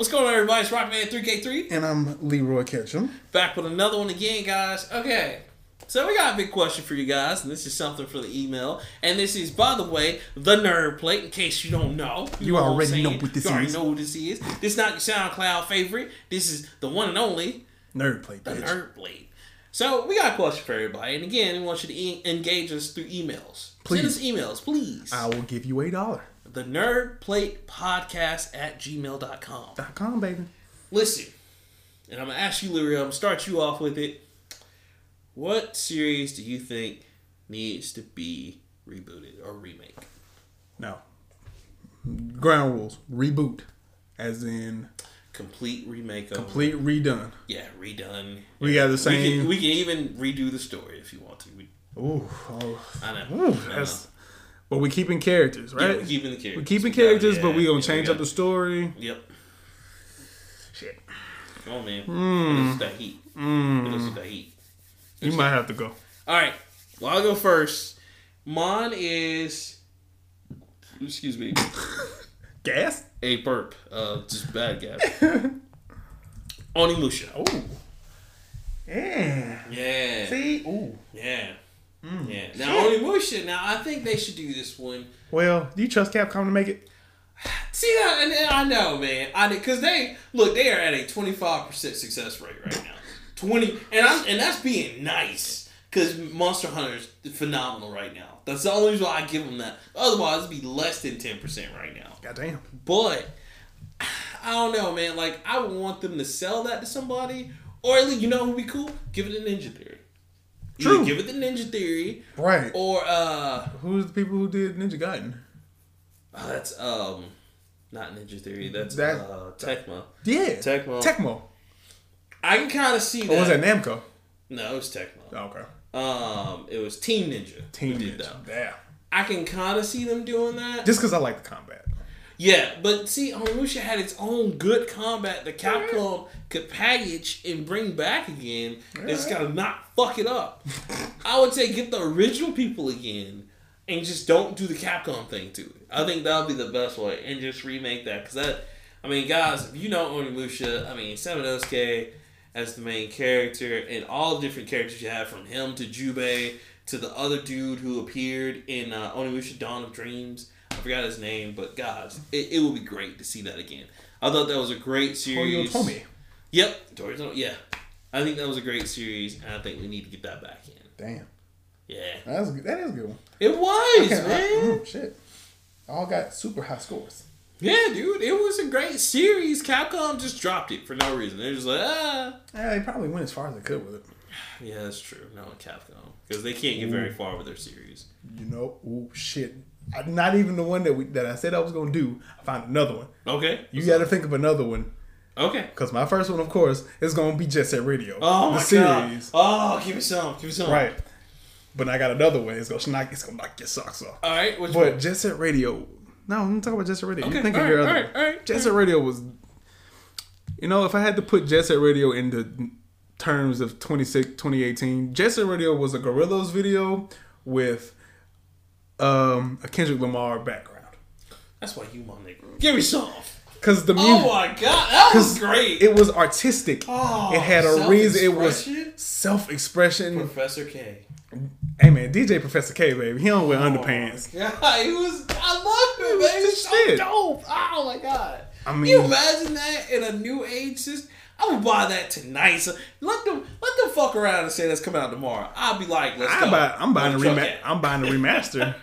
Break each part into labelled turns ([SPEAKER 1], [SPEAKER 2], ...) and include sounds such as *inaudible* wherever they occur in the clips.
[SPEAKER 1] everybody's Rockman 3K3
[SPEAKER 2] And I'm Leroy Ketchum.
[SPEAKER 1] back with another one again, guys. Okay, so we got a big question for you guys, and this is something for the email. And this is, by the way, the Nerd Plate. In case you don't know,
[SPEAKER 2] You
[SPEAKER 1] know what I'm
[SPEAKER 2] already
[SPEAKER 1] saying?
[SPEAKER 2] know what this
[SPEAKER 1] you already
[SPEAKER 2] is.
[SPEAKER 1] know who this is. This is not your SoundCloud favorite. This is the one and only
[SPEAKER 2] Nerd play, bitch.
[SPEAKER 1] Nerd Blade. So we got a question for everybody, and again, we want you to e- engage us through emails. Send us
[SPEAKER 2] Please.
[SPEAKER 1] emails, please.
[SPEAKER 2] I will give you $8.com,
[SPEAKER 1] The Nerd Plate Podcast at gmail.com.
[SPEAKER 2] baby.
[SPEAKER 1] Listen, and I'm gonna ask you, Leary, I'm gonna start you off with it. What series do you think needs to be rebooted or remake?
[SPEAKER 2] No. Ground rules. Reboot. As in
[SPEAKER 1] Complete remake of
[SPEAKER 2] complete redone.
[SPEAKER 1] Yeah, redone.
[SPEAKER 2] We got the
[SPEAKER 1] We
[SPEAKER 2] same.
[SPEAKER 1] can, we can even redo the story if you want to. We,
[SPEAKER 2] Ooh, oh,
[SPEAKER 1] I know.
[SPEAKER 2] ooh,
[SPEAKER 1] I know.
[SPEAKER 2] that's, but we're keeping characters,
[SPEAKER 1] Yeah,
[SPEAKER 2] right?
[SPEAKER 1] we're keeping the characters.
[SPEAKER 2] we're keeping
[SPEAKER 1] We got it,
[SPEAKER 2] characters, but
[SPEAKER 1] yeah,
[SPEAKER 2] we're gonna
[SPEAKER 1] yeah,
[SPEAKER 2] change
[SPEAKER 1] we
[SPEAKER 2] up the
[SPEAKER 1] got
[SPEAKER 2] story.
[SPEAKER 1] it. Yep.
[SPEAKER 2] Shit,
[SPEAKER 1] Oh man.
[SPEAKER 2] Hmm.
[SPEAKER 1] Mm. It's that heat. Mm. It's that heat.
[SPEAKER 2] you might have to go.
[SPEAKER 1] All right. Well, I'll go first. Mine is. Excuse me.
[SPEAKER 2] Gas.
[SPEAKER 1] a burp. Uh, just bad guy. Onimusha.
[SPEAKER 2] Ooh. Yeah.
[SPEAKER 1] Yeah.
[SPEAKER 2] See. Ooh.
[SPEAKER 1] Yeah. Yeah. Now Onimusha. Now I think they should do this one.
[SPEAKER 2] Well, do you trust Capcom to make it?
[SPEAKER 1] See, I, and- and I know, man. I did because they look. They are at a twenty five percent success rate right now. Twenty, and I'm and that's being nice because Monster Hunter is phenomenal right now. That's the only reason why I give them that. Otherwise, it'd be less than ten percent right now.
[SPEAKER 2] Goddamn.
[SPEAKER 1] But *sighs* I don't know, man. Like I would want them to sell that to somebody, or at least you know who'd be cool? Give it a Ninja Theory. Either
[SPEAKER 2] True.
[SPEAKER 1] give it the Ninja Theory,
[SPEAKER 2] Right.
[SPEAKER 1] or uh,
[SPEAKER 2] Who's the people who did Ninja Gaiden?
[SPEAKER 1] oh, that's um, not Ninja Theory. That's
[SPEAKER 2] That-
[SPEAKER 1] uh, Tecmo.
[SPEAKER 2] Yeah.
[SPEAKER 1] Tecmo.
[SPEAKER 2] Tecmo.
[SPEAKER 1] I can kind of see that.
[SPEAKER 2] Or was that Namco? Oh,
[SPEAKER 1] No, it was Tecmo.
[SPEAKER 2] okay.
[SPEAKER 1] Um, it was Team Ninja. who
[SPEAKER 2] Team
[SPEAKER 1] did
[SPEAKER 2] Ninja.
[SPEAKER 1] that.
[SPEAKER 2] Yeah.
[SPEAKER 1] I can kind of see them doing that.
[SPEAKER 2] Just because I like the combat.
[SPEAKER 1] Yeah, but see, Onimusha had its own good combat that Capcom could package and bring back again. It's gotta not fuck it up. I would say get the original people again and just don't do the Capcom thing to it. I think that would be the best way and just remake that. Because that, I mean, guys, if you know Onimusha, I mean, Samanosuke as the main character and all the different characters you have from him to Jubei to the other dude who appeared in uh, Onimusha Dawn of Dreams. I forgot his name, but guys, it, it would be great to see that again. I thought that was a great
[SPEAKER 2] Oh,
[SPEAKER 1] series.
[SPEAKER 2] Toyotomi.
[SPEAKER 1] Yep, Toriyama. Yeah, I think that was a great series, and I think we need to get that back in.
[SPEAKER 2] Damn.
[SPEAKER 1] Yeah,
[SPEAKER 2] That's a good, that is a good one.
[SPEAKER 1] it was
[SPEAKER 2] Okay, I-
[SPEAKER 1] man.
[SPEAKER 2] mm, shit. All got super high scores.
[SPEAKER 1] Yeah, dude, it was a great series. Capcom just dropped it for no reason. They're just like, ah.
[SPEAKER 2] Yeah, Eh, they probably went as far as they could with it.
[SPEAKER 1] Yeah, that's true. No, Capcom, because they can't get very far with their series.
[SPEAKER 2] You know, oh shit. I, not even the one that we that I said I was gonna do. I found another one.
[SPEAKER 1] Okay.
[SPEAKER 2] You got to think of another one
[SPEAKER 1] Okay.
[SPEAKER 2] because my first one, of course, is gonna be Jet Set Radio.
[SPEAKER 1] Oh
[SPEAKER 2] the
[SPEAKER 1] my
[SPEAKER 2] series.
[SPEAKER 1] god. Oh, give me some. Give me some.
[SPEAKER 2] right? But I got another one. It's gonna knock. It's gonna knock your socks off.
[SPEAKER 1] All right. Which
[SPEAKER 2] But
[SPEAKER 1] one?
[SPEAKER 2] Jet Set Radio. No, I'm talking about Jet Set Radio.
[SPEAKER 1] Okay,
[SPEAKER 2] you think of
[SPEAKER 1] all
[SPEAKER 2] your
[SPEAKER 1] right,
[SPEAKER 2] other.
[SPEAKER 1] all right,
[SPEAKER 2] one.
[SPEAKER 1] all right,
[SPEAKER 2] Jet
[SPEAKER 1] all
[SPEAKER 2] Set Radio was. You know, if I had to put Jet Set Radio into terms of 26, 2018, Jet Set Radio was a Gorillas video with um, a Kendrick Lamar background.
[SPEAKER 1] That's why you my nigga. Give me some.
[SPEAKER 2] Because the music.
[SPEAKER 1] Oh my god, that was
[SPEAKER 2] *laughs* 'cause
[SPEAKER 1] great.
[SPEAKER 2] It was artistic.
[SPEAKER 1] Oh,
[SPEAKER 2] it had a reason. It was
[SPEAKER 1] self-expression?
[SPEAKER 2] self expression.
[SPEAKER 1] Professor K.
[SPEAKER 2] Hey man, DJ Professor K, baby. He
[SPEAKER 1] Oh,
[SPEAKER 2] don't wear underpants.
[SPEAKER 1] Yeah, *laughs* he was. I love him,
[SPEAKER 2] was
[SPEAKER 1] man. He's
[SPEAKER 2] the
[SPEAKER 1] so
[SPEAKER 2] shit.
[SPEAKER 1] dope. Oh my god.
[SPEAKER 2] I
[SPEAKER 1] Can
[SPEAKER 2] mean-
[SPEAKER 1] you imagine that in a new age system? I would buy that tonight. So let them let them fuck around and say that's coming out tomorrow. I'd be like, let's
[SPEAKER 2] I
[SPEAKER 1] go.
[SPEAKER 2] buy, I'm buying a
[SPEAKER 1] Where the
[SPEAKER 2] rema-
[SPEAKER 1] truck at?
[SPEAKER 2] I'm buying a remaster.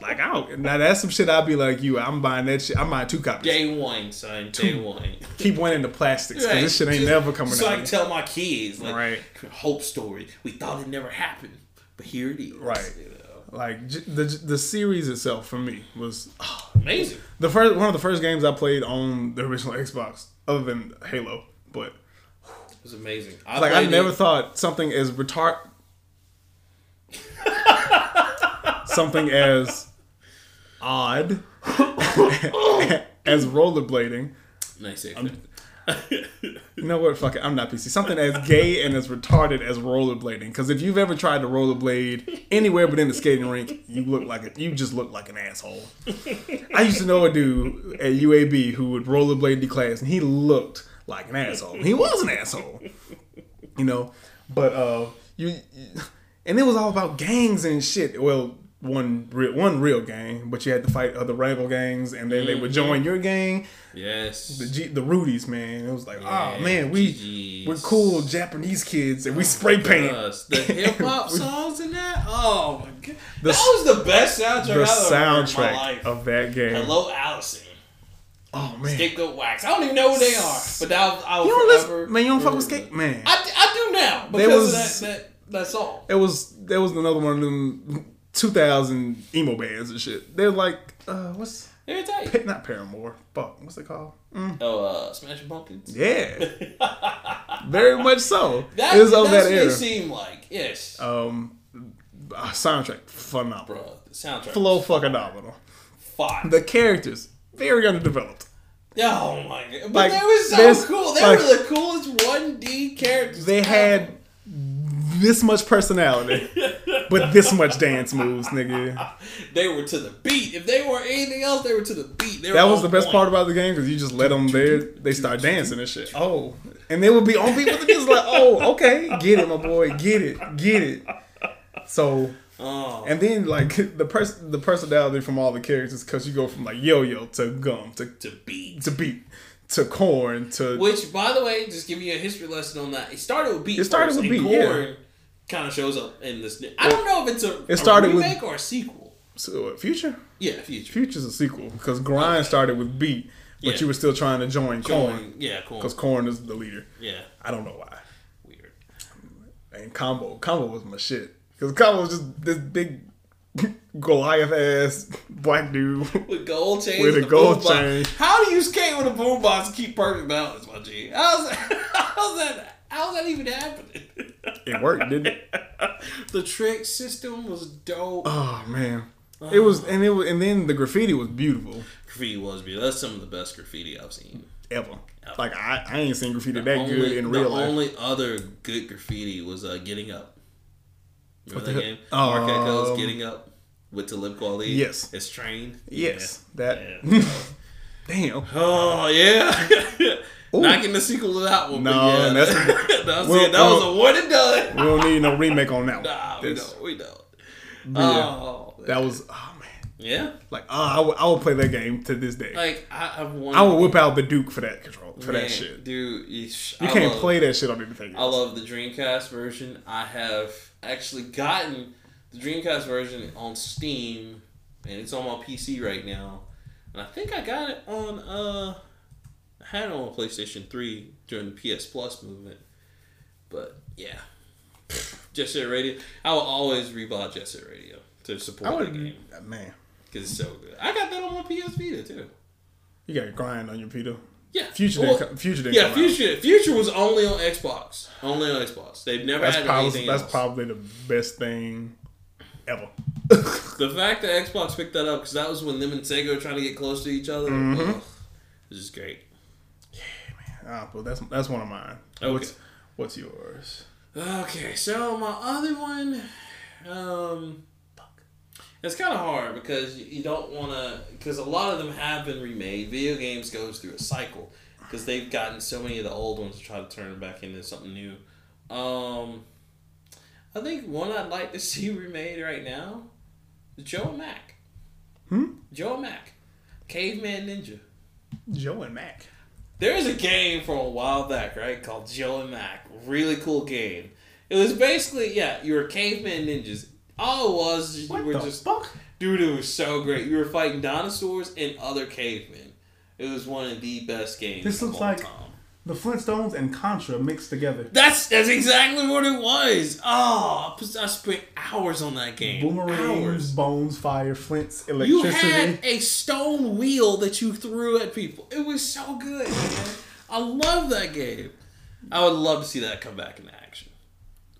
[SPEAKER 1] *laughs*
[SPEAKER 2] like I don't. Now that's some shit. I'll be like you. I'm buying that shit. I'm buying two copies.
[SPEAKER 1] Day one, son. Day one.
[SPEAKER 2] *laughs* Keep one in the plastics because
[SPEAKER 1] Right.
[SPEAKER 2] this shit ain't
[SPEAKER 1] Just-
[SPEAKER 2] never coming
[SPEAKER 1] So I can
[SPEAKER 2] out.
[SPEAKER 1] tell my kids, like,
[SPEAKER 2] Right.
[SPEAKER 1] hope story. We thought it never happened, but here it is.
[SPEAKER 2] Right.
[SPEAKER 1] You know?
[SPEAKER 2] Like j- the the series itself for me was
[SPEAKER 1] Amazing.
[SPEAKER 2] the first one of the first games I played on the original Xbox, other than Halo. But
[SPEAKER 1] It was amazing. I
[SPEAKER 2] like I
[SPEAKER 1] played
[SPEAKER 2] never
[SPEAKER 1] it.
[SPEAKER 2] thought something as retard, something as
[SPEAKER 1] *coughs*
[SPEAKER 2] odd *laughs* as rollerblading
[SPEAKER 1] Nice.
[SPEAKER 2] You know what? Fuck it. I'm not PC. Something as gay and as retarded as rollerblading. Because if you've ever tried to rollerblade anywhere but in the skating rink, you look like a, you just look like an asshole. I used to know a dude at UAB who would rollerblade the class, and he looked like an asshole. He was an asshole, you know. But uh, you, you- and it was all about gangs and shit. Well, one real, one real gang, but you had to fight other rival gangs, and then they would join your gang. The
[SPEAKER 1] Yes.
[SPEAKER 2] G, the Rudies, man. It was like,
[SPEAKER 1] Yeah,
[SPEAKER 2] oh man, we
[SPEAKER 1] GGs.
[SPEAKER 2] we're cool Japanese kids, and we spray paint.
[SPEAKER 1] Us. The hip hop songs in that? Oh my god.
[SPEAKER 2] The-
[SPEAKER 1] that was the best soundtrack
[SPEAKER 2] *laughs*
[SPEAKER 1] I've
[SPEAKER 2] the
[SPEAKER 1] ever heard in my
[SPEAKER 2] soundtrack
[SPEAKER 1] life.
[SPEAKER 2] of that game.
[SPEAKER 1] Hello Allison.
[SPEAKER 2] Oh man,
[SPEAKER 1] Scapegoat Wax. I don't even know who they are, but that was, I was
[SPEAKER 2] you don't
[SPEAKER 1] forever
[SPEAKER 2] listen, man. You don't fuck with
[SPEAKER 1] remember
[SPEAKER 2] Skate, man.
[SPEAKER 1] that. I, I do now
[SPEAKER 2] There
[SPEAKER 1] because
[SPEAKER 2] was-
[SPEAKER 1] of that, that that song.
[SPEAKER 2] It was there was another one of them 2000 emo bands and shit. They're like, uh, what's
[SPEAKER 1] They were tight.
[SPEAKER 2] Pa- not Paramore? Fuck, what's it called? Mm,
[SPEAKER 1] Oh, uh, Smashing Pumpkins. *laughs*
[SPEAKER 2] yeah, very much so.
[SPEAKER 1] That,
[SPEAKER 2] it was of
[SPEAKER 1] that's
[SPEAKER 2] that
[SPEAKER 1] what
[SPEAKER 2] era.
[SPEAKER 1] they seem like. Yes,
[SPEAKER 2] Um, uh, soundtrack phenomenal,
[SPEAKER 1] bro. The soundtrack.
[SPEAKER 2] flow fucking phenomenal.
[SPEAKER 1] Fire.
[SPEAKER 2] The characters very underdeveloped.
[SPEAKER 1] oh my god! But
[SPEAKER 2] Like,
[SPEAKER 1] they were so
[SPEAKER 2] there's-
[SPEAKER 1] cool. They
[SPEAKER 2] like-
[SPEAKER 1] were the coolest one D characters.
[SPEAKER 2] They
[SPEAKER 1] ever.
[SPEAKER 2] had this much personality, but this much dance moves, nigga.
[SPEAKER 1] They were to the beat. If they were anything else, they were to the beat. They were
[SPEAKER 2] That was
[SPEAKER 1] on
[SPEAKER 2] the best
[SPEAKER 1] point.
[SPEAKER 2] part about the game because you just let them there. They start dancing and shit. Oh, and they would be on people just like, oh, okay, get it, my boy, get it, get it. So,
[SPEAKER 1] Oh,
[SPEAKER 2] and then like the pers- the personality from all the characters because you go from like yo yo to gum to
[SPEAKER 1] to beat.
[SPEAKER 2] to beat to corn to
[SPEAKER 1] Which, by the way, just give you a history lesson on that. It started with beat.
[SPEAKER 2] It started
[SPEAKER 1] first,
[SPEAKER 2] with
[SPEAKER 1] and
[SPEAKER 2] beat, yeah.
[SPEAKER 1] Corn kind of shows up in this. New, I don't know if it's a,
[SPEAKER 2] It started
[SPEAKER 1] a
[SPEAKER 2] with-
[SPEAKER 1] remake or a sequel.
[SPEAKER 2] so, future.
[SPEAKER 1] Yeah, future.
[SPEAKER 2] Future's a sequel because grind started with beat, but
[SPEAKER 1] Yeah.
[SPEAKER 2] you were still trying to join corn
[SPEAKER 1] Corn. Yeah, corn.
[SPEAKER 2] because corn is the leader.
[SPEAKER 1] Yeah,
[SPEAKER 2] I don't know why.
[SPEAKER 1] weird.
[SPEAKER 2] and combo. Combo was my shit because combo was just this big *laughs* Goliath ass black dude. *laughs*
[SPEAKER 1] With gold chains.
[SPEAKER 2] With a
[SPEAKER 1] and
[SPEAKER 2] gold
[SPEAKER 1] boom box.
[SPEAKER 2] chain.
[SPEAKER 1] How do you skate with a boom box and keep perfect balance, my G? How's that, *laughs* how's that, how's that even happening? *laughs*
[SPEAKER 2] It worked, didn't it?
[SPEAKER 1] the trick system was dope.
[SPEAKER 2] Oh man, it was and it was, and then the graffiti was beautiful
[SPEAKER 1] graffiti was beautiful. That's some of the best graffiti I've seen.
[SPEAKER 2] ever. Like I, I ain't seen graffiti that
[SPEAKER 1] only,
[SPEAKER 2] good in
[SPEAKER 1] the
[SPEAKER 2] real life.
[SPEAKER 1] only other good graffiti was uh, Getting Up. Remember that
[SPEAKER 2] the
[SPEAKER 1] game?
[SPEAKER 2] hell?
[SPEAKER 1] Arcaco's
[SPEAKER 2] Um,
[SPEAKER 1] Getting Up with Talib Kweli.
[SPEAKER 2] Yes.
[SPEAKER 1] It's Train.
[SPEAKER 2] Yes, that.
[SPEAKER 1] Yeah.
[SPEAKER 2] *laughs* Damn.
[SPEAKER 1] Oh, yeah. *laughs*
[SPEAKER 2] Ooh.
[SPEAKER 1] Not getting the sequel to that one. but
[SPEAKER 2] No,
[SPEAKER 1] yeah, *laughs*
[SPEAKER 2] and that's-
[SPEAKER 1] that, was
[SPEAKER 2] Well, um,
[SPEAKER 1] it. That was
[SPEAKER 2] well-
[SPEAKER 1] a one and done.
[SPEAKER 2] We don't need no remake on that one.
[SPEAKER 1] Nah, we
[SPEAKER 2] That's-
[SPEAKER 1] don't. We don't.
[SPEAKER 2] yeah.
[SPEAKER 1] Oh,
[SPEAKER 2] That was oh man,
[SPEAKER 1] yeah.
[SPEAKER 2] like oh, I would, I would play that game to this day.
[SPEAKER 1] Like I, I've won.
[SPEAKER 2] I would whip out the Duke for that control for that shit.
[SPEAKER 1] dude. eesh,
[SPEAKER 2] You
[SPEAKER 1] I
[SPEAKER 2] can't
[SPEAKER 1] love,
[SPEAKER 2] play that shit on anything.
[SPEAKER 1] I
[SPEAKER 2] else.
[SPEAKER 1] love the Dreamcast version. I have actually gotten the Dreamcast version on Steam, and it's on my PC right now. And I think I got it on. uh I had it on PlayStation Three during the PS Plus movement. But yeah, *laughs* Jet Set Radio. I will always rebuy Jet Set Radio to support
[SPEAKER 2] I
[SPEAKER 1] the
[SPEAKER 2] would
[SPEAKER 1] game.
[SPEAKER 2] man.
[SPEAKER 1] Because it's so good. I got that on my PS Vita too.
[SPEAKER 2] You got to grind on your Peter.
[SPEAKER 1] Yeah.
[SPEAKER 2] Future
[SPEAKER 1] Well,
[SPEAKER 2] didn't come, Future didn't
[SPEAKER 1] Yeah,
[SPEAKER 2] come
[SPEAKER 1] Future Future was only on Xbox. Only on Xbox. They've never
[SPEAKER 2] out. That's
[SPEAKER 1] had
[SPEAKER 2] probably
[SPEAKER 1] anything
[SPEAKER 2] that's
[SPEAKER 1] else.
[SPEAKER 2] probably the best thing *laughs* ever.
[SPEAKER 1] The fact that Xbox picked that up because that was when them and Sega were trying to get close to each other. Ugh, this is great.
[SPEAKER 2] ah, but that's that's one of mine.
[SPEAKER 1] Okay.
[SPEAKER 2] What's what's yours?
[SPEAKER 1] Okay, so my other one, um, it's kind of hard because you you don't want to because a lot of them have been remade. Video games goes through a cycle because they've gotten so many of the old ones to try to turn them back into something new. Um, I think one I'd like to *laughs* see remade right now is Joe Mac.
[SPEAKER 2] Hmm?
[SPEAKER 1] Joe Mac, Caveman Ninja.
[SPEAKER 2] Joe and Mac.
[SPEAKER 1] There was a game from a while back, right, called Joe and Mac. Really cool game. It was basically, yeah, you were caveman ninjas. All it was, is you
[SPEAKER 2] What
[SPEAKER 1] were
[SPEAKER 2] the
[SPEAKER 1] just.
[SPEAKER 2] fuck?
[SPEAKER 1] Dude, it was so great. You were fighting dinosaurs and other cavemen. It was one of the best games.
[SPEAKER 2] This
[SPEAKER 1] of
[SPEAKER 2] looks
[SPEAKER 1] all
[SPEAKER 2] like-
[SPEAKER 1] time.
[SPEAKER 2] The Flintstones and Contra mixed together.
[SPEAKER 1] That's that's exactly what it was. Oh, I put- I spent hours on that game. Hours.
[SPEAKER 2] bones, fire, flints,
[SPEAKER 1] You had a stone wheel that you threw at people. It was so good. Man. I love that game. I would love to see that come back into action.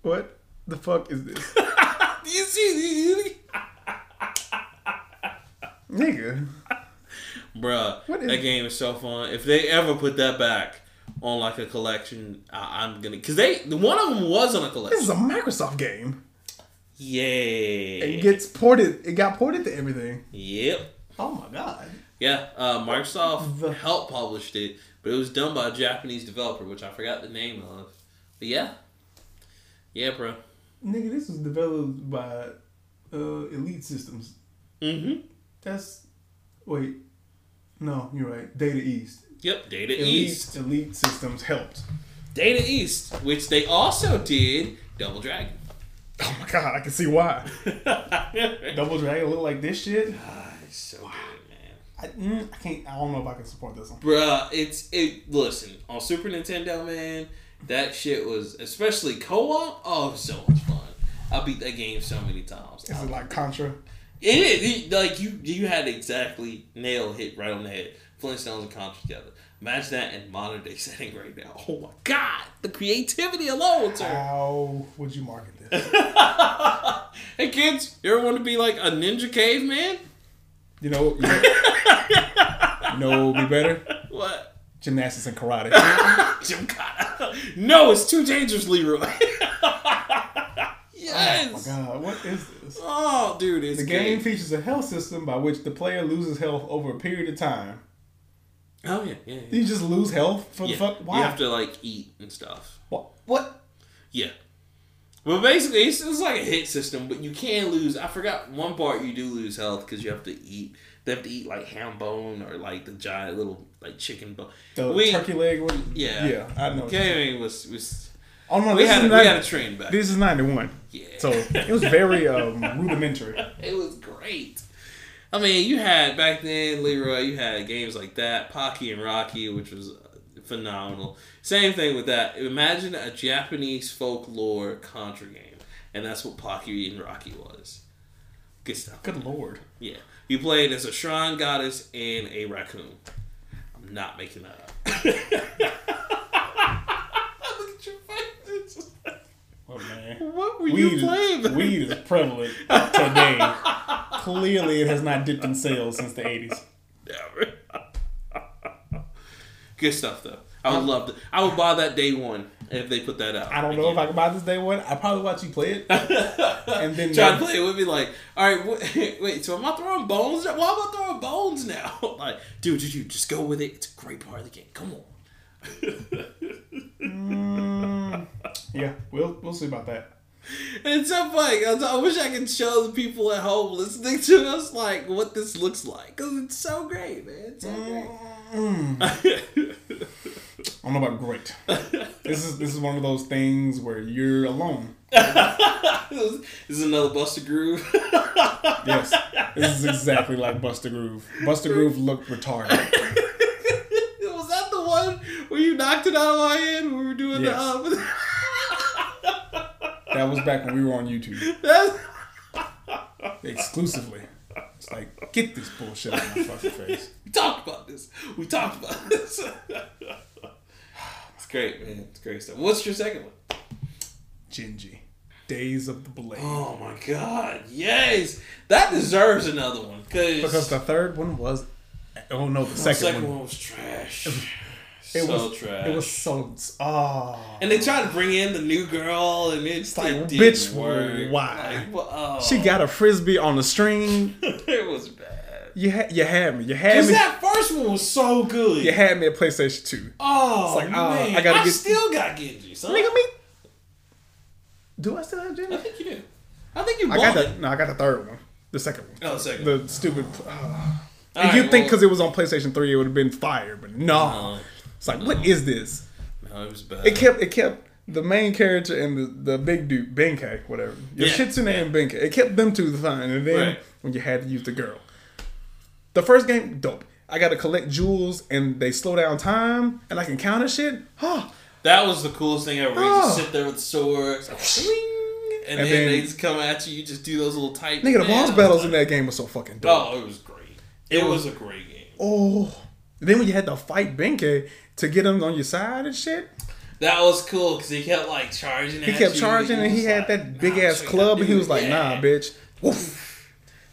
[SPEAKER 2] What the fuck
[SPEAKER 1] *laughs*
[SPEAKER 2] is this,
[SPEAKER 1] Do you see, you see-
[SPEAKER 2] nigga?
[SPEAKER 1] bruh?
[SPEAKER 2] What is-
[SPEAKER 1] that game is so fun. If they ever put that back on like a collection, I, I'm gonna because they one of them was on a
[SPEAKER 2] This is
[SPEAKER 1] collection.
[SPEAKER 2] a Microsoft game. It
[SPEAKER 1] Yay!
[SPEAKER 2] gets ported. It got ported to everything.
[SPEAKER 1] Yep.
[SPEAKER 2] Oh my god.
[SPEAKER 1] Yeah, uh, Microsoft
[SPEAKER 2] The-
[SPEAKER 1] helped published it, But it was done by a Japanese developer, which I forgot the name of. But yeah. Yeah, bro.
[SPEAKER 2] Nigga, this was developed by uh, Elite Systems.
[SPEAKER 1] Mm-hmm.
[SPEAKER 2] That's wait, no, you're right. Data East.
[SPEAKER 1] Yep, Data
[SPEAKER 2] Elite
[SPEAKER 1] East.
[SPEAKER 2] Elite Systems helped.
[SPEAKER 1] Data East, which they also did Double Dragon. *laughs*
[SPEAKER 2] Oh my god, I can see why. Double Dragon look like this shit.
[SPEAKER 1] Ah, it's so good, man.
[SPEAKER 2] I, mm, I can't. I don't know if I can support this one.
[SPEAKER 1] Bruh, it's it. Listen, on Super Nintendo, man, that shit was especially co-op. Oh, it was so much fun. I beat that game so many times.
[SPEAKER 2] Is it like Contra?
[SPEAKER 1] It is it- like you you had exactly nail hit right on the head. Flintstones and Contra together. Imagine that in modern day *laughs* setting right now. Oh my god, the creativity alone,
[SPEAKER 2] Ah.
[SPEAKER 1] sir.
[SPEAKER 2] How would you market this?
[SPEAKER 1] hey kids, you ever want to be like a ninja caveman?
[SPEAKER 2] You know, you know, you know what would be better?
[SPEAKER 1] What? *laughs*
[SPEAKER 2] Gymnastics and karate. *laughs*
[SPEAKER 1] Gymkhana. no, it's too dangerous, Leroy. *laughs*
[SPEAKER 2] Oh my
[SPEAKER 1] yes.
[SPEAKER 2] god, what is this?
[SPEAKER 1] Oh, dude, it's
[SPEAKER 2] The game features a health system by which the player loses health over a period of time.
[SPEAKER 1] Oh yeah, yeah. yeah.
[SPEAKER 2] You just lose health for
[SPEAKER 1] Yeah.
[SPEAKER 2] the fuck? Why?
[SPEAKER 1] You have to like eat and stuff.
[SPEAKER 2] Wha- what?
[SPEAKER 1] Yeah. Well, basically, it's, it's like a hit system, but you can lose. I forgot one part. You do lose health because you have to eat. They have to eat like ham bone or like the giant little like chicken bone.
[SPEAKER 2] The
[SPEAKER 1] we
[SPEAKER 2] turkey leg one?
[SPEAKER 1] Yeah.
[SPEAKER 2] Yeah, I know.
[SPEAKER 1] gaming was was
[SPEAKER 2] Oh no,
[SPEAKER 1] we
[SPEAKER 2] this
[SPEAKER 1] had a,
[SPEAKER 2] is
[SPEAKER 1] we
[SPEAKER 2] not,
[SPEAKER 1] had a train back.
[SPEAKER 2] this is 91.
[SPEAKER 1] Yeah.
[SPEAKER 2] So it was very um, rudimentary.
[SPEAKER 1] It was great. I mean, you had back then, Leroy. You had games like that, Pocky and Rocky, which was phenomenal. Same thing with that. Imagine a Japanese folklore contra game, and that's what Pocky and Rocky was. Good stuff.
[SPEAKER 2] Good lord.
[SPEAKER 1] Yeah, you played as a shrine goddess and a raccoon. I'm not making that up. *laughs* Look at your face.
[SPEAKER 2] Oh man.
[SPEAKER 1] What were
[SPEAKER 2] Weed,
[SPEAKER 1] you playing?
[SPEAKER 2] is, weed is prevalent today. Clearly, it has not dipped in sales since the 80s.
[SPEAKER 1] Never. Good stuff though. I would love to. I would buy that day one if they put that out.
[SPEAKER 2] I don't know if I can buy this day one. I probably watch you play it. and then
[SPEAKER 1] Try to play it would be like, all right, wh- *laughs* wait. So am I throwing bones? Now? Why am I throwing bones now? *laughs* like, dude, dude, you just go with it. It's a great part of the game. Come on.
[SPEAKER 2] Mm, yeah, we'll we'll see about that.
[SPEAKER 1] It's so funny. I, was- I wish I could show the people at home listening to us like what this looks like because it's so great, man. It's so
[SPEAKER 2] Mm,
[SPEAKER 1] great.
[SPEAKER 2] I don't know about great. This is this is one of those things where you're alone.
[SPEAKER 1] *laughs* this is another Buster Groove. *laughs*
[SPEAKER 2] Yes, this is exactly like Buster Groove. Buster Groove looked retarded.
[SPEAKER 1] Was that the one where you knocked it out of my hand when we were doing
[SPEAKER 2] Yes.
[SPEAKER 1] the um,
[SPEAKER 2] That was back when we were
[SPEAKER 1] *laughs*
[SPEAKER 2] on YouTube
[SPEAKER 1] That's,
[SPEAKER 2] exclusively. It's like get this bullshit out of my fucking face.
[SPEAKER 1] we talked about this. We talked about *laughs* this. it's great, man. It's great stuff. What's your second one?
[SPEAKER 2] Gingy, Days of the Blade.
[SPEAKER 1] Oh my god. Yes. That deserves another one. Cause
[SPEAKER 2] Because the third one was, oh no, the
[SPEAKER 1] the
[SPEAKER 2] second,
[SPEAKER 1] second
[SPEAKER 2] one.
[SPEAKER 1] one was trash.
[SPEAKER 2] It
[SPEAKER 1] so
[SPEAKER 2] was
[SPEAKER 1] trash.
[SPEAKER 2] It was so ah.
[SPEAKER 1] and they tried to bring in the new girl, and it's
[SPEAKER 2] like,
[SPEAKER 1] it
[SPEAKER 2] bitch,
[SPEAKER 1] didn't work.
[SPEAKER 2] why?
[SPEAKER 1] Like, well, oh.
[SPEAKER 2] She got a frisbee on the string.
[SPEAKER 1] *laughs* it was bad.
[SPEAKER 2] You had you had me. You had
[SPEAKER 1] Cause
[SPEAKER 2] me.
[SPEAKER 1] that first one was so good.
[SPEAKER 2] You had me at PlayStation Two.
[SPEAKER 1] Oh,
[SPEAKER 2] It's like, oh,
[SPEAKER 1] man. I,
[SPEAKER 2] I gotta get-
[SPEAKER 1] still got Genji, son.
[SPEAKER 2] Nigga, me. Do I still have
[SPEAKER 1] I
[SPEAKER 2] Jimmy?
[SPEAKER 1] think you do. I think you
[SPEAKER 2] I
[SPEAKER 1] bought
[SPEAKER 2] got
[SPEAKER 1] it.
[SPEAKER 2] the no. I got the third one. The second one.
[SPEAKER 1] Oh, second.
[SPEAKER 2] The stupid. Uh,
[SPEAKER 1] All right,
[SPEAKER 2] you think
[SPEAKER 1] well-
[SPEAKER 2] because it was on PlayStation Three, it would have been fire, but no.
[SPEAKER 1] No.
[SPEAKER 2] It's like, what is this?
[SPEAKER 1] No, it was bad.
[SPEAKER 2] It kept. It kept. The main character and the, the big dude, Benkei, whatever. Your
[SPEAKER 1] Yeah.
[SPEAKER 2] Shitsune and Benkei. It kept them two fine. And then
[SPEAKER 1] Right.
[SPEAKER 2] when you had to use the girl. The first game, dope. I got to collect jewels and they slow down time and I can counter shit. Huh.
[SPEAKER 1] that was the coolest thing ever. You just
[SPEAKER 2] Oh.
[SPEAKER 1] sit there with the sword, and, then,
[SPEAKER 2] And then-
[SPEAKER 1] they just come at you. You just do those little tight.
[SPEAKER 2] Nigga, the boss
[SPEAKER 1] man.
[SPEAKER 2] battles in that game was so fucking dope.
[SPEAKER 1] Oh, it was great. It was a great game.
[SPEAKER 2] Oh. Then when you had to fight Benkei to get him on your side and shit,
[SPEAKER 1] That was cool because he kept like charging.
[SPEAKER 2] he kept charging and he had that big ass club and he was like, nah, bitch. Woof.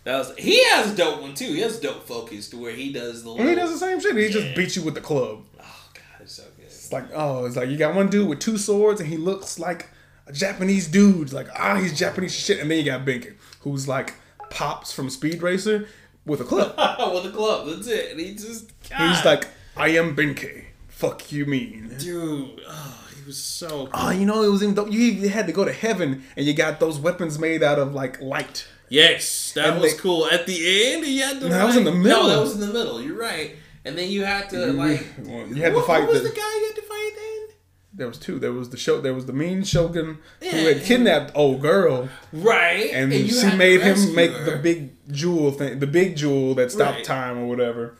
[SPEAKER 1] That was. He has a dope one too. He has a dope focus to where he does the. Little,
[SPEAKER 2] And he does the same shit. He just beat you with the club.
[SPEAKER 1] Oh god, it's so good. *laughs*
[SPEAKER 2] It's like, oh, it's like you got one dude with two swords and he looks like a Japanese dude. It's like, ah, he's Japanese shit. And then you got Benkei, who's like Pops from Speed Racer with a club.
[SPEAKER 1] with a club. That's it. And he just. God.
[SPEAKER 2] He's like, I am Benkei, fuck you mean?
[SPEAKER 1] Dude, oh, he was so. Cool.
[SPEAKER 2] Oh, you know, it was even dope. You even had to go to heaven and you got those weapons made out of like light.
[SPEAKER 1] Yes, that
[SPEAKER 2] And
[SPEAKER 1] was
[SPEAKER 2] they-
[SPEAKER 1] cool. At the end, he had to.
[SPEAKER 2] No, that was in the middle.
[SPEAKER 1] No, that was in the middle. You're right. And then you had to like.
[SPEAKER 2] you had
[SPEAKER 1] Who-
[SPEAKER 2] to fight
[SPEAKER 1] Who was
[SPEAKER 2] the-
[SPEAKER 1] the guy you had to fight then?
[SPEAKER 2] There was two. There was the show. There was the mean shogun who
[SPEAKER 1] Yeah.
[SPEAKER 2] had kidnapped old girl,
[SPEAKER 1] Right.
[SPEAKER 2] and,
[SPEAKER 1] you
[SPEAKER 2] she
[SPEAKER 1] had to
[SPEAKER 2] made him
[SPEAKER 1] rescue
[SPEAKER 2] make
[SPEAKER 1] her.
[SPEAKER 2] the big jewel thing, the big jewel that stopped
[SPEAKER 1] Right.
[SPEAKER 2] time or whatever.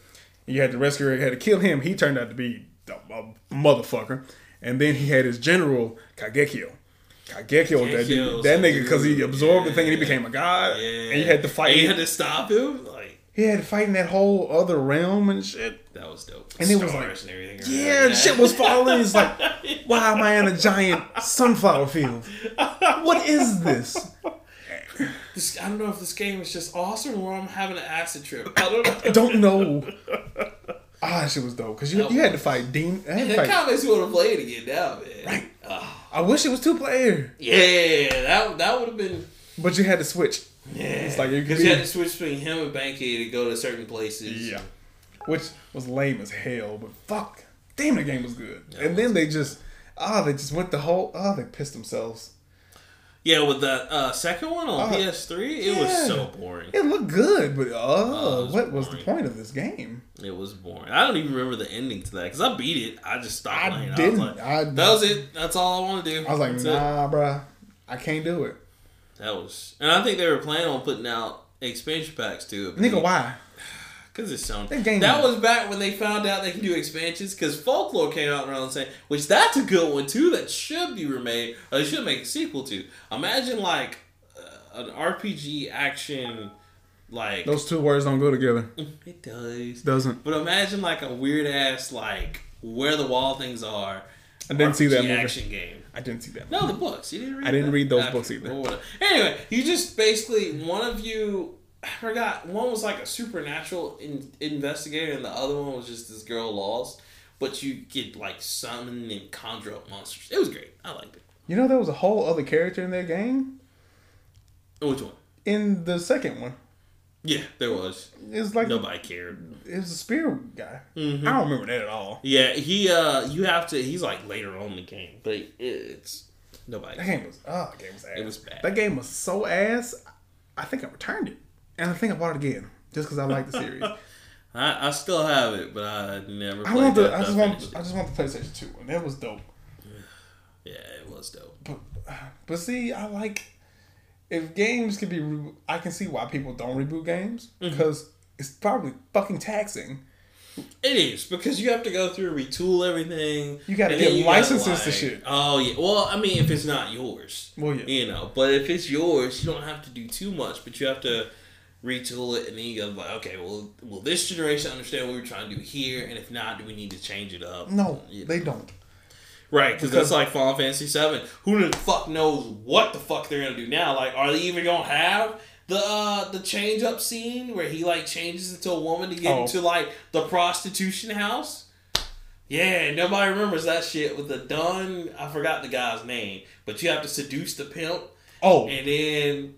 [SPEAKER 2] You had to rescue her. You had to kill him. He turned out to be a, a motherfucker, and then he had his general Kagekyo. Kagekyo, that, dude,
[SPEAKER 1] Kagekiyo's
[SPEAKER 2] that
[SPEAKER 1] the
[SPEAKER 2] nigga, because he
[SPEAKER 1] dude,
[SPEAKER 2] absorbed the thing and he
[SPEAKER 1] yeah.
[SPEAKER 2] became a god.
[SPEAKER 1] Yeah.
[SPEAKER 2] And you had to fight.
[SPEAKER 1] And you had to stop him. Like
[SPEAKER 2] he had to fight in that whole other realm and shit.
[SPEAKER 1] that was dope.
[SPEAKER 2] And it was like-
[SPEAKER 1] and everything. around
[SPEAKER 2] Yeah, and
[SPEAKER 1] that.
[SPEAKER 2] shit was falling. It's like, why am I in a giant sunflower field? What is this?
[SPEAKER 1] This, I don't know if this game is just awesome or I'm having an acid trip. I *laughs* don't
[SPEAKER 2] *laughs* I
[SPEAKER 1] know.
[SPEAKER 2] don't know. Ah, that shit was dope because you, you had to fight Dean. I, had to
[SPEAKER 1] That
[SPEAKER 2] fight-
[SPEAKER 1] kind of makes me want to play it again now, man.
[SPEAKER 2] Right.
[SPEAKER 1] Ah,
[SPEAKER 2] I wish it was two player,
[SPEAKER 1] yeah, that that would have been.
[SPEAKER 2] but you had to switch.
[SPEAKER 1] Yeah,
[SPEAKER 2] It's like you could
[SPEAKER 1] because you
[SPEAKER 2] be-
[SPEAKER 1] had to switch between him and Banky to go to certain places.
[SPEAKER 2] which was lame as hell. But fuck, damn, the game was good. and then they just ah, they just went the whole ah, they pissed themselves.
[SPEAKER 1] yeah. With the uh, second one on
[SPEAKER 2] Oh,
[SPEAKER 1] PS3, it was
[SPEAKER 2] yeah.
[SPEAKER 1] so boring.
[SPEAKER 2] It looked good, but
[SPEAKER 1] Oh,
[SPEAKER 2] oh,
[SPEAKER 1] it was
[SPEAKER 2] what was the
[SPEAKER 1] boring.
[SPEAKER 2] point of this game?
[SPEAKER 1] It was boring. I don't even remember the ending to that because I beat it. I just stopped
[SPEAKER 2] I
[SPEAKER 1] playing.
[SPEAKER 2] didn't.
[SPEAKER 1] I was like,
[SPEAKER 2] I-
[SPEAKER 1] that was it. That's all I want to do.
[SPEAKER 2] I was like,
[SPEAKER 1] That's it.
[SPEAKER 2] nah, bruh, I can't do it,
[SPEAKER 1] That was, and I think they were planning on putting out expansion packs too.
[SPEAKER 2] nigga. Why?
[SPEAKER 1] Because it's sound.
[SPEAKER 2] That game-
[SPEAKER 1] That was back when they found out they can do expansions. Because Folklore came out around the same, which that's a good one too. That should be remade. Or they should make a sequel to. Imagine like uh, an RPG action, like
[SPEAKER 2] Those two words don't go together.
[SPEAKER 1] *laughs* it does.
[SPEAKER 2] Doesn't.
[SPEAKER 1] But imagine like a weird ass like where the wall things are.
[SPEAKER 2] I didn't see that
[SPEAKER 1] RPG
[SPEAKER 2] movie.
[SPEAKER 1] action game.
[SPEAKER 2] I didn't see that.
[SPEAKER 1] No, the books. You didn't read.
[SPEAKER 2] I didn't
[SPEAKER 1] that?
[SPEAKER 2] read those
[SPEAKER 1] Okay,
[SPEAKER 2] books either.
[SPEAKER 1] well, whatever. Anyway, you just basically one of you. I forgot. One was like a supernatural in, investigator, and the other one was just this girl lost. But you get like summon and conjure up monsters. It was great. I liked it.
[SPEAKER 2] You know there was a whole other character in that game
[SPEAKER 1] Which one?
[SPEAKER 2] in the second one.
[SPEAKER 1] Yeah, there was.
[SPEAKER 2] It's like
[SPEAKER 1] Nobody Mm-hmm. cared.
[SPEAKER 2] it was a spear guy. I don't remember that at all.
[SPEAKER 1] Yeah, he. uh You have to. He's like later on in the game, but it's nobody.
[SPEAKER 2] That game was oh, that game was ass.
[SPEAKER 1] It was bad.
[SPEAKER 2] That game was so ass. I think I returned it, and I think I bought it again just because I like the
[SPEAKER 1] *laughs*
[SPEAKER 2] series.
[SPEAKER 1] I, I still have it, but I never.
[SPEAKER 2] I
[SPEAKER 1] Played
[SPEAKER 2] want the
[SPEAKER 1] that.
[SPEAKER 2] I
[SPEAKER 1] I
[SPEAKER 2] just
[SPEAKER 1] finished
[SPEAKER 2] want
[SPEAKER 1] it.
[SPEAKER 2] I just want the PlayStation Two one. That was dope.
[SPEAKER 1] Yeah, it was dope.
[SPEAKER 2] But *sighs* but see, I like if games could be. Re- I can see why people don't reboot games
[SPEAKER 1] Mm-hmm.
[SPEAKER 2] because it's probably fucking taxing.
[SPEAKER 1] It is because you have to go through retool everything.
[SPEAKER 2] You gotta
[SPEAKER 1] and then
[SPEAKER 2] get
[SPEAKER 1] you gotta,
[SPEAKER 2] licenses to shit.
[SPEAKER 1] Oh yeah. Well, I mean, if it's not yours,
[SPEAKER 2] Well, yeah.
[SPEAKER 1] you know. But if it's yours, you don't have to do too much. But you have to retool it, and then you go like, okay, well, will this generation understand what we're trying to do here? And if not, do we need to change it up?
[SPEAKER 2] No,
[SPEAKER 1] You know.
[SPEAKER 2] they don't.
[SPEAKER 1] Right, because that's
[SPEAKER 2] Because-
[SPEAKER 1] like Final Fantasy Seven. Who the fuck knows what the fuck they're gonna do now? Like, are they even gonna have the uh, the change up scene where he like changes into a woman to get
[SPEAKER 2] Oh.
[SPEAKER 1] into like the prostitution house? Yeah, nobody remembers that shit with the dun. I forgot the guy's name, but you have to seduce the pimp,
[SPEAKER 2] Oh,
[SPEAKER 1] and then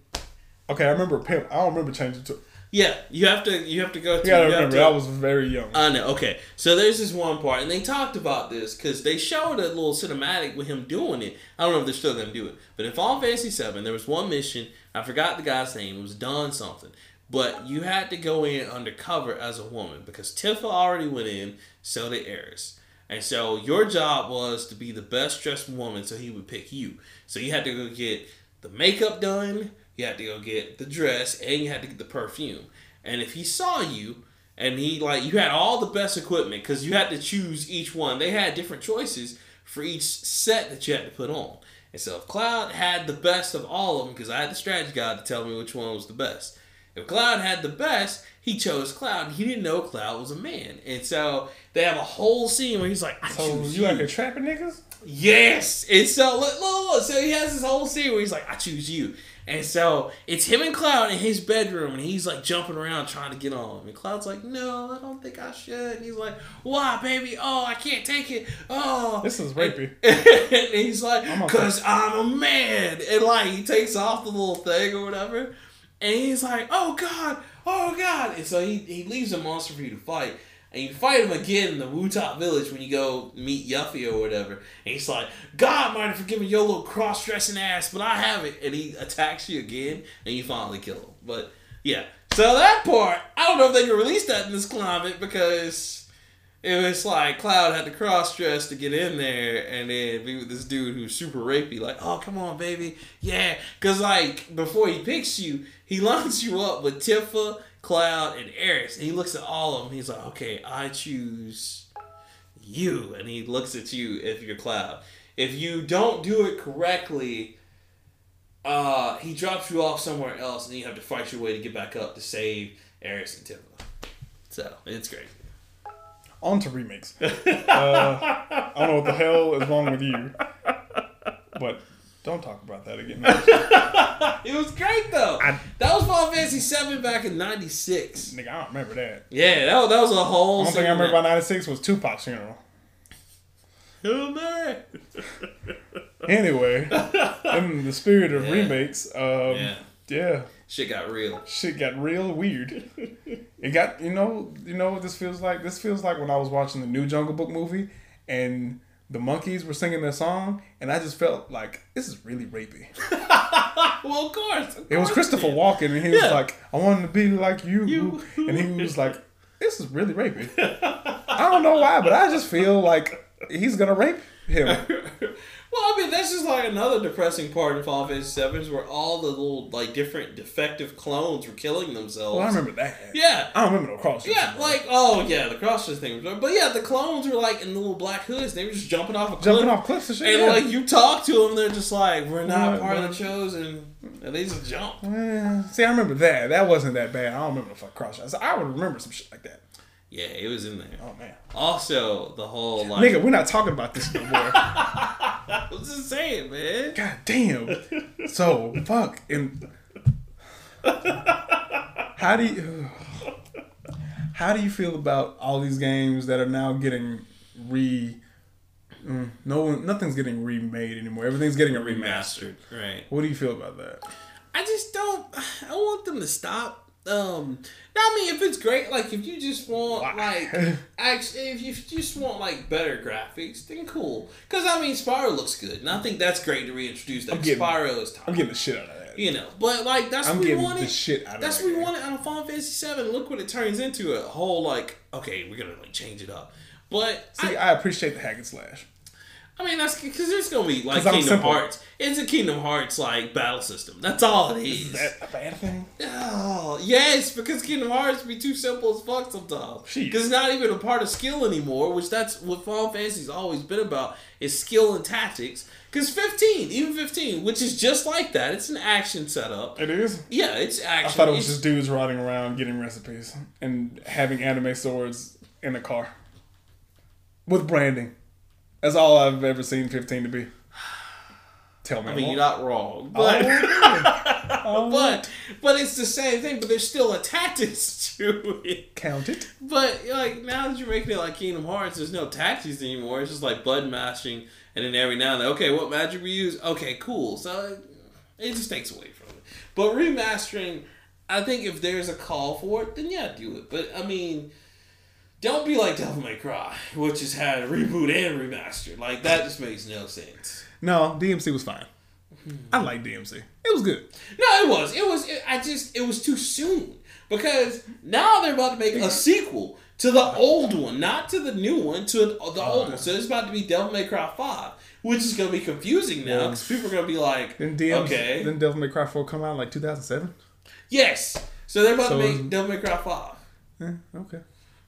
[SPEAKER 2] okay. I remember Pimp. I don't remember changing to.
[SPEAKER 1] yeah, you have to you Uh, have to go. Through,
[SPEAKER 2] Yeah, I
[SPEAKER 1] you have
[SPEAKER 2] remember.
[SPEAKER 1] to-
[SPEAKER 2] I was very young.
[SPEAKER 1] I know. Okay, so there's this one part, and they talked about this because they showed a little cinematic with him doing it. I don't know if they're still gonna do it, but in Final Fantasy Seven, there was one mission. I forgot the guy's name. It was Don something, but you had to go in undercover as a woman because Tifa already went in, so did Eris. And so your job was to be the best dressed woman, so he would pick you. So you had to go get the makeup done, you had to go get the dress, and you had to get the perfume. And if he saw you, and he like you had all the best equipment because you had to choose each one. They had different choices for each set that you had to put on. And so if Cloud had the best of all of them, because I had the strategy guide to tell me which one was the best. If Cloud had the best, he chose Cloud. and He didn't know Cloud was a man, and so they have a whole scene where he's like, "I
[SPEAKER 2] So
[SPEAKER 1] choose
[SPEAKER 2] you
[SPEAKER 1] you."
[SPEAKER 2] out here trapping niggas?
[SPEAKER 1] Yes. And so look, look, look. So he has this whole scene where he's like, I choose you. And so it's him and Cloud in his bedroom, and he's like jumping around trying to get on him. And Cloud's like, No, I don't think I should. And he's like, Why, baby? Oh, I can't take it. Oh,
[SPEAKER 2] This is rapey.
[SPEAKER 1] *laughs* and he's like,
[SPEAKER 2] I'm okay.
[SPEAKER 1] "Cause I'm a man," and like he takes off the little thing or whatever, and he's like, "Oh God, oh God!" And so he he leaves a monster for you to fight, And you fight him again in the Wu Top Village when you go meet Yuffie or whatever. And he's like, God might have forgiven your little cross dressing ass, but I haven't. And he attacks you again, and you finally kill him. But yeah. So that part, I don't know if they can release that in this climate because it was like Cloud had to cross dress to get in there and then be with this dude who's super rapey, like, oh, come on, baby. Yeah. Because, like, before he picks you, he *laughs* lines you up with Tifa, Cloud, and Eris. And he looks at all of them. He's like, okay, I choose you. And he looks at you if you're Cloud. If you don't do it correctly, uh, he drops you off somewhere else and you have to fight your way to get back up to save Eris and Tifa. So, it's great.
[SPEAKER 2] On to remakes.
[SPEAKER 1] *laughs*
[SPEAKER 2] uh, I don't know what the hell is wrong with you, but don't talk about
[SPEAKER 1] *laughs*
[SPEAKER 2] that again. Nigga,
[SPEAKER 1] It was great though.
[SPEAKER 2] I-
[SPEAKER 1] that was Final Fantasy Seven back in '96.
[SPEAKER 2] I don't remember that.
[SPEAKER 1] Yeah, that was, that was a whole.
[SPEAKER 2] One thing I remember about '96 was Tupac's funeral.
[SPEAKER 1] segment. *laughs*
[SPEAKER 2] Anyway, in the spirit of remakes, um,
[SPEAKER 1] Yeah.
[SPEAKER 2] yeah,
[SPEAKER 1] Shit got real.
[SPEAKER 2] shit got real weird. *laughs* It got you know you know what this feels like. This feels like when I was watching the new Jungle Book movie and the monkeys were singing their song, and I just felt like this is really rapey.
[SPEAKER 1] well, of course. of
[SPEAKER 2] It was
[SPEAKER 1] course
[SPEAKER 2] Christopher
[SPEAKER 1] did.
[SPEAKER 2] Walken, and he was
[SPEAKER 1] Yeah.
[SPEAKER 2] like, "I wanted to be like you,",
[SPEAKER 1] You.
[SPEAKER 2] and he was like, "This is really rapey." I don't know why, but I just feel like he's gonna rape
[SPEAKER 1] *laughs*
[SPEAKER 2] him.
[SPEAKER 1] well, I mean, that's just like another depressing part in Final Fantasy Seven is where all the little like different defective clones were killing themselves.
[SPEAKER 2] Well, Oh, I remember that.
[SPEAKER 1] Yeah.
[SPEAKER 2] I don't remember no cross.
[SPEAKER 1] Yeah, like oh yeah, the crossfit thing. was- But yeah, the clones were like in the little black hoods. They were just jumping off a cliff.
[SPEAKER 2] jumping off cliffs and shit.
[SPEAKER 1] And
[SPEAKER 2] yeah.
[SPEAKER 1] like you talk to them, they're just like, "We're not
[SPEAKER 2] Yeah,
[SPEAKER 1] part
[SPEAKER 2] yeah.
[SPEAKER 1] of the chosen," and they just jump.
[SPEAKER 2] Eh, see, I remember that. That wasn't that bad. I don't remember the fuck cross shots. I would remember some shit like that.
[SPEAKER 1] Yeah, it was in there.
[SPEAKER 2] Oh man,
[SPEAKER 1] Also, the whole like,
[SPEAKER 2] nigga, we're not talking about this no more. *laughs*
[SPEAKER 1] I was just saying, man.
[SPEAKER 2] God damn. So fuck and how do you *sighs* how do you feel about all these games that are now getting re mm, no one nothing's getting remade anymore. Everything's getting a remaster.
[SPEAKER 1] Remastered, right?
[SPEAKER 2] What do you feel about that?
[SPEAKER 1] I just don't. I want them to stop. Um, now, I mean, if it's great, like if you just want
[SPEAKER 2] Why? *laughs*
[SPEAKER 1] like, actually, if you just want like better graphics, then cool. Because I mean, Spyro looks good, and I think that's great to reintroduce that.
[SPEAKER 2] getting-
[SPEAKER 1] Spyro is time.
[SPEAKER 2] I'm getting the shit out of that.
[SPEAKER 1] you know, but like that's
[SPEAKER 2] I'm
[SPEAKER 1] what we
[SPEAKER 2] getting
[SPEAKER 1] wanted.
[SPEAKER 2] the shit out of
[SPEAKER 1] That's
[SPEAKER 2] that.
[SPEAKER 1] what we
[SPEAKER 2] game.
[SPEAKER 1] wanted out of Final Fantasy Seven. Look what it turns into a whole like okay, we're gonna like change it up. But
[SPEAKER 2] See,
[SPEAKER 1] I,
[SPEAKER 2] I appreciate the hack and slash.
[SPEAKER 1] I mean that's because there's gonna be like
[SPEAKER 2] 'Cause I'm
[SPEAKER 1] Kingdom
[SPEAKER 2] simple.
[SPEAKER 1] Hearts. It's a Kingdom Hearts like battle system. That's all it is.
[SPEAKER 2] Is that a bad thing?
[SPEAKER 1] oh yes, because Kingdom Hearts be too simple as fuck sometimes.
[SPEAKER 2] Jeez.
[SPEAKER 1] Because it's not even a part of skill anymore, which that's what Final Fantasy's always been about is skill and tactics. Because fifteen, even fifteen, which is just like that, it's an action setup.
[SPEAKER 2] It is.
[SPEAKER 1] Yeah, it's action.
[SPEAKER 2] I thought it was
[SPEAKER 1] It's-
[SPEAKER 2] just dudes riding around getting recipes and having anime swords in a car with branding. That's all I've ever seen 15 to be. Tell me. Oh,
[SPEAKER 1] I mean,
[SPEAKER 2] I'm
[SPEAKER 1] you're
[SPEAKER 2] wrong.
[SPEAKER 1] not wrong, but
[SPEAKER 2] Oh, *laughs*
[SPEAKER 1] but but it's the same thing. But there's still a tactics *laughs* to it.
[SPEAKER 2] count it.
[SPEAKER 1] But like now that you're making it like Kingdom Hearts, there's no tactics anymore. It's just like button mashing, and then every now and then, okay, what magic we use? Okay, cool. So it, it just takes away from it. But remastering, I think if there's a call for it, then yeah, do it. But I mean. Don't be like Devil May Cry, which has had a reboot and remastered. Like that just makes no sense.
[SPEAKER 2] No, DMC was fine. I like DMC. It was good.
[SPEAKER 1] No, it was. It was. It, I just. It was too soon because now they're about to make a sequel to the old one, not to the new one, to the old one. So it's about to be Devil May Cry Five, which is going to be confusing now because people are going to be like,
[SPEAKER 2] Then DMC,
[SPEAKER 1] okay,
[SPEAKER 2] then Devil May Cry 4 come out in like 2007.
[SPEAKER 1] yes. So they're about
[SPEAKER 2] So
[SPEAKER 1] to
[SPEAKER 2] is-
[SPEAKER 1] make Devil May Cry Five,
[SPEAKER 2] Eh, okay.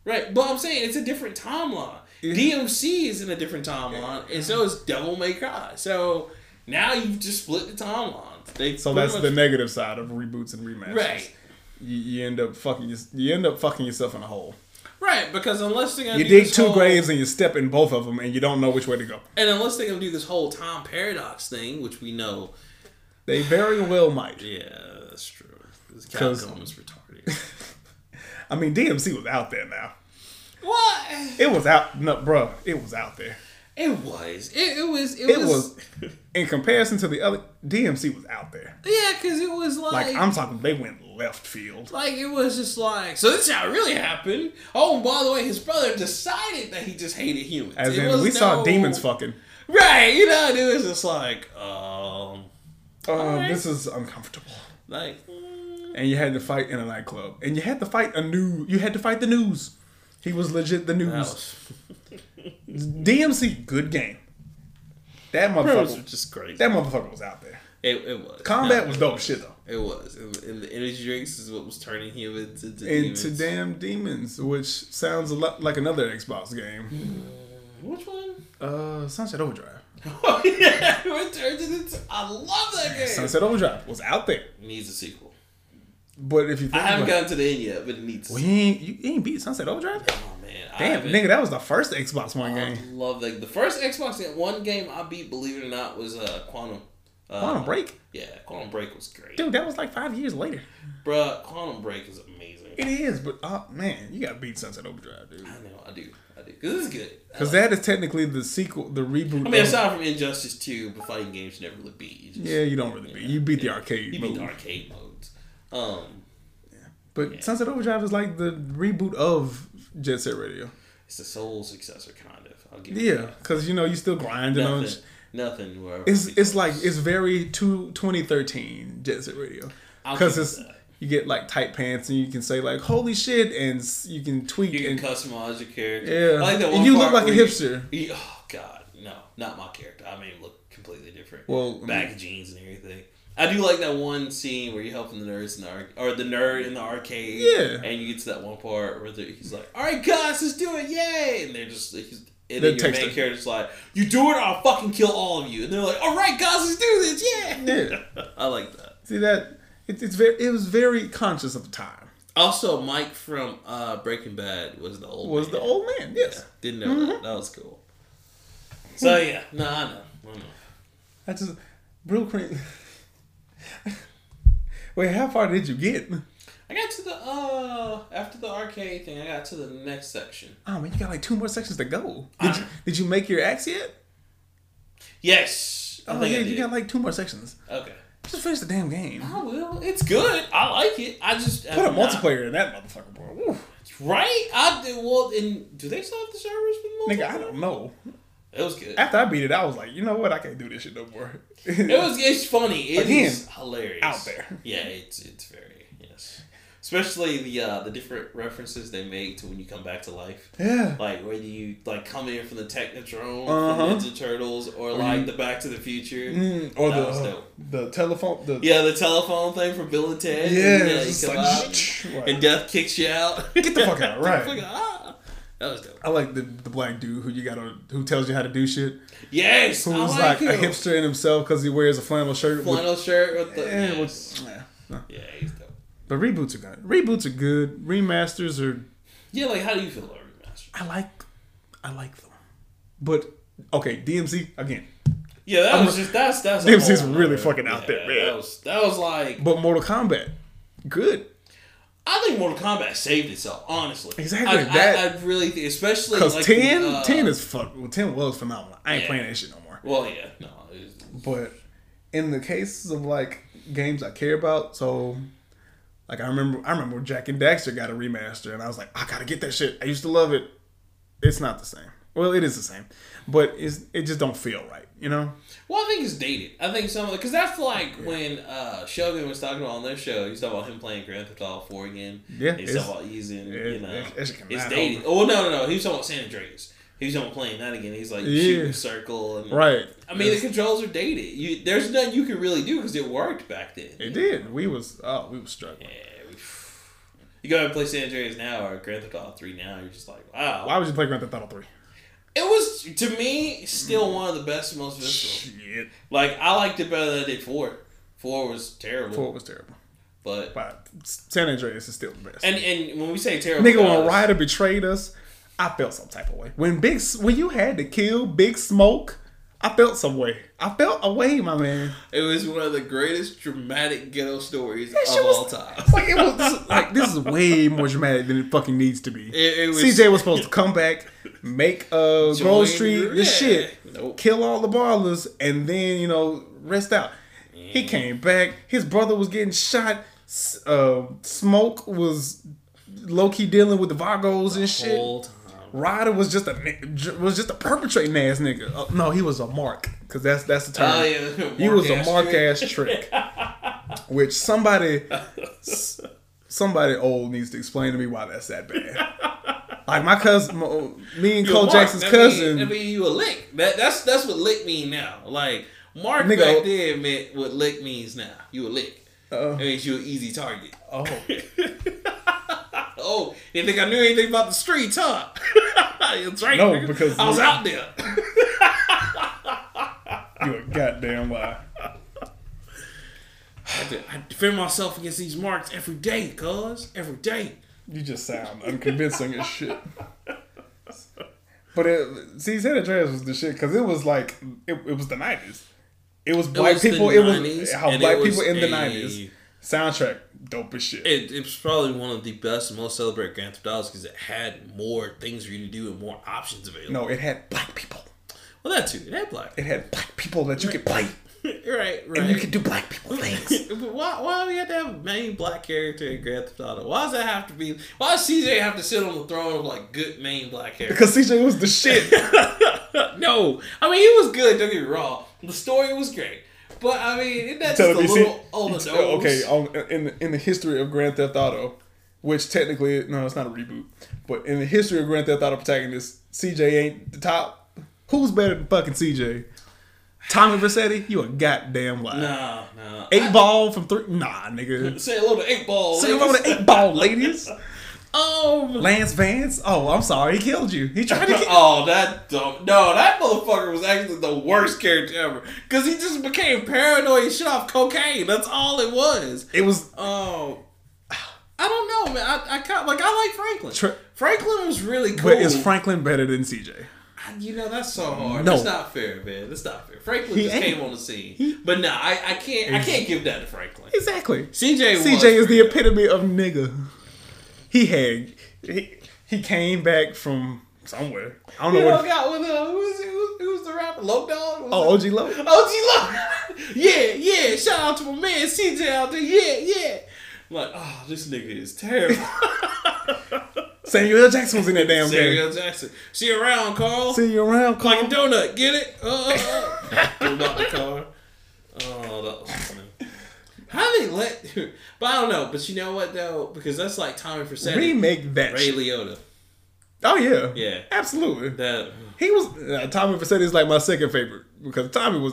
[SPEAKER 1] right? But I'm saying it's a different timeline. DMC is in a different timeline, and so is Devil May Cry. So now you've just split the timelines. They
[SPEAKER 2] So
[SPEAKER 1] pretty
[SPEAKER 2] that's
[SPEAKER 1] much-
[SPEAKER 2] the negative side of reboots and remasters.
[SPEAKER 1] right.
[SPEAKER 2] You, you end up fucking you, you end up fucking yourself in a hole.
[SPEAKER 1] Right, because unless they're gonna
[SPEAKER 2] You
[SPEAKER 1] do
[SPEAKER 2] dig
[SPEAKER 1] this
[SPEAKER 2] two
[SPEAKER 1] whole-
[SPEAKER 2] graves and you step in both of them and you don't know which way to go.
[SPEAKER 1] And unless they're gonna do this whole time paradox thing, which we know,
[SPEAKER 2] They very well might.
[SPEAKER 1] yeah, that's true. Because
[SPEAKER 2] 'Cause-
[SPEAKER 1] Capcom is retarded.
[SPEAKER 2] I mean, DMC was out there now.
[SPEAKER 1] *laughs* what?
[SPEAKER 2] It was out, no, bro. It was out there.
[SPEAKER 1] It was. It, it was. It,
[SPEAKER 2] It
[SPEAKER 1] was.
[SPEAKER 2] was in comparison to the other DMC was out there.
[SPEAKER 1] Yeah, because it was
[SPEAKER 2] Like I'm talking, they went left field.
[SPEAKER 1] Like it was just like so. This is how it really happened. Oh, and by the way, his brother decided that he just hated humans.
[SPEAKER 2] As
[SPEAKER 1] It
[SPEAKER 2] in,
[SPEAKER 1] was
[SPEAKER 2] we saw
[SPEAKER 1] no-
[SPEAKER 2] demons fucking.
[SPEAKER 1] Right, you know, and it was just like, um,
[SPEAKER 2] Oh,
[SPEAKER 1] right.
[SPEAKER 2] this is uncomfortable.
[SPEAKER 1] like, mm,
[SPEAKER 2] And you had to fight in a nightclub, and you had to fight a new. You had to fight the news. He was legit the
[SPEAKER 1] that
[SPEAKER 2] news.
[SPEAKER 1] was,
[SPEAKER 2] DMC, good game. That
[SPEAKER 1] it was
[SPEAKER 2] motherfucker.
[SPEAKER 1] just crazy.
[SPEAKER 2] That motherfucker was out there.
[SPEAKER 1] it, it was
[SPEAKER 2] Combat
[SPEAKER 1] No,
[SPEAKER 2] was dope shit though.
[SPEAKER 1] It was, and, and the energy drinks is what was turning humans into
[SPEAKER 2] Into
[SPEAKER 1] demons.
[SPEAKER 2] damn demons, which sounds a lot like another Xbox game.
[SPEAKER 1] Which one?
[SPEAKER 2] Uh, Sunset Overdrive. *laughs*
[SPEAKER 1] Oh yeah, it turned into. I love that game.
[SPEAKER 2] Sunset Overdrive was out there,
[SPEAKER 1] needs a sequel.
[SPEAKER 2] but if you
[SPEAKER 1] I
[SPEAKER 2] think
[SPEAKER 1] haven't
[SPEAKER 2] about
[SPEAKER 1] gotten to the end yet, but it needs.
[SPEAKER 2] Well, you ain't, you ain't beat Sunset Overdrive?
[SPEAKER 1] oh man, I
[SPEAKER 2] Damn,
[SPEAKER 1] haven't- Uh,
[SPEAKER 2] nigga, that was the first Xbox One
[SPEAKER 1] I
[SPEAKER 2] game.
[SPEAKER 1] love that. The first Xbox game, one game I beat, believe it or not, was uh, Quantum. Uh,
[SPEAKER 2] Quantum Break?
[SPEAKER 1] Yeah, Quantum Break was great.
[SPEAKER 2] Dude, that was like five years later.
[SPEAKER 1] Bruh, Quantum Break is amazing.
[SPEAKER 2] It is, but uh, man, you gotta beat Sunset Overdrive, dude.
[SPEAKER 1] I know, I do. I do. Because it's good. I,
[SPEAKER 2] Because
[SPEAKER 1] like-
[SPEAKER 2] that is technically the sequel, the reboot.
[SPEAKER 1] I mean,
[SPEAKER 2] of-
[SPEAKER 1] aside from Injustice 2, but fighting games you never really beat. You just-
[SPEAKER 2] yeah, you don't really beat. You beat the arcade
[SPEAKER 1] You
[SPEAKER 2] mode.
[SPEAKER 1] beat the arcade modes. Um,
[SPEAKER 2] But Sunset Overdrive is like the reboot of Jet Set Radio.
[SPEAKER 1] it's the sole successor, kind of. I'll give you
[SPEAKER 2] Yeah, because you know you still grinding
[SPEAKER 1] that.
[SPEAKER 2] on.
[SPEAKER 1] Nothing. Nothing. Where
[SPEAKER 2] It's it's like it's very two, 2013 Jet Set Radio
[SPEAKER 1] I'll
[SPEAKER 2] because
[SPEAKER 1] give
[SPEAKER 2] it's
[SPEAKER 1] you that.
[SPEAKER 2] you get like tight pants and you can say like holy shit and s- you can tweak
[SPEAKER 1] You can
[SPEAKER 2] and
[SPEAKER 1] customize your character.
[SPEAKER 2] yeah.
[SPEAKER 1] I like that
[SPEAKER 2] And
[SPEAKER 1] one
[SPEAKER 2] you
[SPEAKER 1] part
[SPEAKER 2] look like a
[SPEAKER 1] where you-
[SPEAKER 2] hipster.
[SPEAKER 1] you- oh, God. No, not my character. I made him look completely different.
[SPEAKER 2] Well, I
[SPEAKER 1] back jeans and everything. I do like that one scene where you're helping the nerds in the arc- or the nerd in the arcade.
[SPEAKER 2] Yeah.
[SPEAKER 1] And you get to that one part where the- he's like, "All right, guys, let's do it, yay!" And they're just he's, and
[SPEAKER 2] They're
[SPEAKER 1] then your main
[SPEAKER 2] texting.
[SPEAKER 1] character's like, "You do it, or I'll fucking kill all of you." And they're like, "All right, guys, let's do this, yeah!"
[SPEAKER 2] mean, yeah.
[SPEAKER 1] *laughs* I like that.
[SPEAKER 2] See that it, it's very it was very conscious of the time.
[SPEAKER 1] Also, Mike from uh, Breaking Bad was the old
[SPEAKER 2] Was
[SPEAKER 1] man.
[SPEAKER 2] the old man?
[SPEAKER 1] Yeah,
[SPEAKER 2] Yes.
[SPEAKER 1] didn't know
[SPEAKER 2] Mm-hmm.
[SPEAKER 1] that. That was cool. So yeah, no, I know. I know.
[SPEAKER 2] I just real cream. *laughs* Wait, how far did you get? Oh,
[SPEAKER 1] I got to the uh after the arcade thing, I got to the next section.
[SPEAKER 2] Oh man, you got like two more sections to go. Did you, did you make your axe yet?
[SPEAKER 1] Yes. I
[SPEAKER 2] Oh
[SPEAKER 1] think
[SPEAKER 2] yeah,
[SPEAKER 1] I
[SPEAKER 2] you Oh,
[SPEAKER 1] did.
[SPEAKER 2] got like two more sections.
[SPEAKER 1] Okay.
[SPEAKER 2] Just finish the damn game.
[SPEAKER 1] I will. It's good. I like it. I just
[SPEAKER 2] Put a multiplayer in that motherfucker, bro. Woo.
[SPEAKER 1] right? I did. Well, and do they still have the servers for multiplayer?
[SPEAKER 2] Nigga, I don't know.
[SPEAKER 1] It was good.
[SPEAKER 2] After I beat it, I was like, you know what? I can't do this shit no more.
[SPEAKER 1] It was. It's funny. It is
[SPEAKER 2] Again,
[SPEAKER 1] hilarious.
[SPEAKER 2] out there.
[SPEAKER 1] Yeah. It's it's very yes. Especially the uh, the different references they make to when you come back to life.
[SPEAKER 2] *laughs* yeah.
[SPEAKER 1] Like when you like come in from the Technodrome,
[SPEAKER 2] Uh-huh.
[SPEAKER 1] from Ninja Turtles, or like the Back to the Future.
[SPEAKER 2] Mm, or
[SPEAKER 1] That was
[SPEAKER 2] the
[SPEAKER 1] dope.
[SPEAKER 2] the telephone. The
[SPEAKER 1] Yeah, the telephone thing from Bill and Ted.
[SPEAKER 2] yeah.
[SPEAKER 1] yeah,
[SPEAKER 2] it's
[SPEAKER 1] you
[SPEAKER 2] just
[SPEAKER 1] come
[SPEAKER 2] like,
[SPEAKER 1] out and-
[SPEAKER 2] right.
[SPEAKER 1] and death kicks you out. *laughs* Get
[SPEAKER 2] the fuck out, right.
[SPEAKER 1] fuck out. That was dope.
[SPEAKER 2] I like the, the black dude who you got on who tells you how to do shit.
[SPEAKER 1] Yes,
[SPEAKER 2] Who's
[SPEAKER 1] I
[SPEAKER 2] like,
[SPEAKER 1] like,
[SPEAKER 2] a
[SPEAKER 1] him.
[SPEAKER 2] hipster in himself because he wears a flannel shirt. with-
[SPEAKER 1] flannel shirt with the.
[SPEAKER 2] eh, with-
[SPEAKER 1] yes.
[SPEAKER 2] yeah, no.
[SPEAKER 1] Yeah, he's dope.
[SPEAKER 2] But reboots are good. Reboots are good. Remasters are.
[SPEAKER 1] Yeah, like how do you feel about remaster?
[SPEAKER 2] I like, I like them. But okay, DMC again.
[SPEAKER 1] Yeah, that was just that's that's. a
[SPEAKER 2] This is
[SPEAKER 1] whole
[SPEAKER 2] really
[SPEAKER 1] nother-
[SPEAKER 2] fucking out there, man.
[SPEAKER 1] That was that was like
[SPEAKER 2] But Mortal Kombat, good.
[SPEAKER 1] I think Mortal Kombat saved itself. Honestly,
[SPEAKER 2] Exactly,
[SPEAKER 1] I,
[SPEAKER 2] that-
[SPEAKER 1] I, I really think, especially
[SPEAKER 2] Cause
[SPEAKER 1] like
[SPEAKER 2] 10,
[SPEAKER 1] the, uh,
[SPEAKER 2] 10 is fuck. Well, ten was phenomenal. I ain't
[SPEAKER 1] Yeah.
[SPEAKER 2] playing that shit no more.
[SPEAKER 1] Well, yeah, no, it was-
[SPEAKER 2] But in the cases of like games I care about, so like I remember I remember Jack and Daxter got a remaster and I was like, I gotta get that shit. I used to love it. It's not the same. Well, it is the same. But it's it just don't feel right, you know?
[SPEAKER 1] Well, I think it's dated. I think some of because that's like when uh, Shogun was talking about on their show. He's talking about him playing Grand Theft Auto Four again.
[SPEAKER 2] Yeah,
[SPEAKER 1] he's
[SPEAKER 2] it's-
[SPEAKER 1] talking about using.
[SPEAKER 2] it-
[SPEAKER 1] you know,
[SPEAKER 2] it- it's
[SPEAKER 1] it's,
[SPEAKER 2] coming out
[SPEAKER 1] dated. Oh no, no, no. He was talking about San Andreas. He was talking about playing that again. He's like
[SPEAKER 2] Yeah.
[SPEAKER 1] shooting a circle and
[SPEAKER 2] Right.
[SPEAKER 1] I mean, the controls are dated. You there's nothing you can really do because it worked back then.
[SPEAKER 2] it did. We was oh, we was struggling.
[SPEAKER 1] Yeah, we- you go and play San Andreas now or Grand Theft Auto Three now. You're just like, wow.
[SPEAKER 2] Why would you play Grand Theft Auto 3?
[SPEAKER 1] It was to me still one of the best, and most visceral.
[SPEAKER 2] Shit.
[SPEAKER 1] Like I liked it better than I did four. Four was terrible,
[SPEAKER 2] Four was terrible.
[SPEAKER 1] but
[SPEAKER 2] But San Andreas is still the best.
[SPEAKER 1] And and when we say terrible,
[SPEAKER 2] Nigga, when
[SPEAKER 1] guys,
[SPEAKER 2] Ryder betrayed us, I felt some type of way. When Big, when you had to kill Big Smoke, I felt some way. I felt a way, my man.
[SPEAKER 1] It was one of the greatest dramatic ghetto stories
[SPEAKER 2] That shit
[SPEAKER 1] of all
[SPEAKER 2] was-
[SPEAKER 1] time.
[SPEAKER 2] Like it was this is- like this is way more dramatic than it fucking needs to be.
[SPEAKER 1] It- it was-
[SPEAKER 2] CJ was supposed to come back, make uh Grove Street
[SPEAKER 1] your-
[SPEAKER 2] this
[SPEAKER 1] yeah.
[SPEAKER 2] shit,
[SPEAKER 1] Nope.
[SPEAKER 2] kill all the ballers, and then you know rest out.
[SPEAKER 1] Mm.
[SPEAKER 2] He came back. His brother was getting shot. S- Uh, Smoke was low key dealing with the Vagos and shit.
[SPEAKER 1] All time.
[SPEAKER 2] Ryder was just a ni- was just a perpetrating ass nigga. Uh, no, he was a mark because that's that's the term.
[SPEAKER 1] Oh, yeah.
[SPEAKER 2] He was a
[SPEAKER 1] Mark-ass
[SPEAKER 2] mark
[SPEAKER 1] trick.
[SPEAKER 2] ass trick, which somebody s- somebody old needs to explain to me why that's that bad. Like my cousin, my- me and
[SPEAKER 1] Yo,
[SPEAKER 2] Cole
[SPEAKER 1] Mark,
[SPEAKER 2] Jackson's
[SPEAKER 1] that
[SPEAKER 2] cousin,
[SPEAKER 1] Mean, that mean you a lick. That, that's that's what lick mean now. Like Mark
[SPEAKER 2] Nigga.
[SPEAKER 1] back then meant what lick means now. You a lick.
[SPEAKER 2] Uh-oh.
[SPEAKER 1] It means you an easy target.
[SPEAKER 2] oh,
[SPEAKER 1] Oh, didn't think I knew anything about the streets, huh? *laughs* That's right.
[SPEAKER 2] No,
[SPEAKER 1] nigga.
[SPEAKER 2] because
[SPEAKER 1] I was
[SPEAKER 2] we-
[SPEAKER 1] out there.
[SPEAKER 2] you a goddamn lie.
[SPEAKER 1] I de- I defend myself against these marks every day, cuz. Every day.
[SPEAKER 2] You just sound unconvincing as shit. But it, see, San Andreas was the shit because it was like it, it was the nineties. It was black
[SPEAKER 1] was the
[SPEAKER 2] people. It was
[SPEAKER 1] 90s,
[SPEAKER 2] how
[SPEAKER 1] and
[SPEAKER 2] black
[SPEAKER 1] it was
[SPEAKER 2] people in the
[SPEAKER 1] a-
[SPEAKER 2] nineties. Soundtrack, dope as shit.
[SPEAKER 1] It, it was probably one of the best, most celebrated Grand Theft Autos because it had more things for you to do and more options available.
[SPEAKER 2] no, it had black people.
[SPEAKER 1] Well, that too. It had black.
[SPEAKER 2] It had black people that you could play.
[SPEAKER 1] *laughs* right, right.
[SPEAKER 2] And you could do black people things.
[SPEAKER 1] But why, why do we have to have a main black character in Grand Theft Auto? Why does that have to be? Why does CJ have to sit on the throne of like good main black character?
[SPEAKER 2] Because CJ was the shit.
[SPEAKER 1] no, I mean he was good. Don't get me wrong. The story was great, but I mean isn't that just a
[SPEAKER 2] Telling me, see,
[SPEAKER 1] little on the nose?
[SPEAKER 2] Uh, okay, on, in in the history of Grand Theft Auto, which technically no, it's not a reboot, but in the history of Grand Theft Auto protagonists, CJ ain't the top. Who's better than fucking CJ? Tommy Vercetti, you a goddamn liar.
[SPEAKER 1] Nah, nah.
[SPEAKER 2] Eight ball from three, nah, nigga.
[SPEAKER 1] Say hello to eight ball.
[SPEAKER 2] Say hello to eight ball, ladies.
[SPEAKER 1] Um.
[SPEAKER 2] Lance Vance. Oh, I'm sorry, he killed you. He
[SPEAKER 1] *laughs*
[SPEAKER 2] tried to kill.
[SPEAKER 1] Oh, that dumb. No, that motherfucker was actually the worst character ever. Because he just became paranoid and shit off cocaine. That's all it was.
[SPEAKER 2] It was
[SPEAKER 1] Oh, I don't know, man. I, I kind like I like Franklin.
[SPEAKER 2] Tra-
[SPEAKER 1] Franklin was really cool.
[SPEAKER 2] But is Franklin better than CJ?
[SPEAKER 1] I- you know that's so hard.
[SPEAKER 2] No.
[SPEAKER 1] That's not fair, man. That's not fair. Franklin
[SPEAKER 2] He
[SPEAKER 1] just
[SPEAKER 2] ain't.
[SPEAKER 1] came on the scene, but nah, I, I can't. I can't give that to Franklin.
[SPEAKER 2] Exactly.
[SPEAKER 1] CJ. was
[SPEAKER 2] CJ is
[SPEAKER 1] pretty
[SPEAKER 2] the
[SPEAKER 1] dope.
[SPEAKER 2] epitome of nigga. He had he, he came back from somewhere. I don't
[SPEAKER 1] He
[SPEAKER 2] know
[SPEAKER 1] hung
[SPEAKER 2] what.
[SPEAKER 1] out with uh, who's who's, who's the rapper? Low Dog.
[SPEAKER 2] Oh, OG Low.
[SPEAKER 1] OG Low. yeah, yeah. Shout out to my man CJ out there. Yeah, yeah. I'm like, oh, this nigga is
[SPEAKER 2] *laughs*
[SPEAKER 1] terrible.
[SPEAKER 2] Samuel L. Jackson was in that damn game.
[SPEAKER 1] Samuel Jackson. See you around, Carl.
[SPEAKER 2] See you around, Carl.
[SPEAKER 1] Like a donut, get it? Uh,
[SPEAKER 2] *laughs*
[SPEAKER 1] uh, uh. Threw him out the car. Oh, that was funny. How they let? *laughs* But I don't know. But you know what though? Because that's like Tommy Vercetti,
[SPEAKER 2] Remake that.
[SPEAKER 1] Ray
[SPEAKER 2] shit.
[SPEAKER 1] Liotta.
[SPEAKER 2] Oh yeah.
[SPEAKER 1] Yeah.
[SPEAKER 2] Absolutely.
[SPEAKER 1] That
[SPEAKER 2] He was uh, Tommy Vercetti is like my second favorite because Tommy was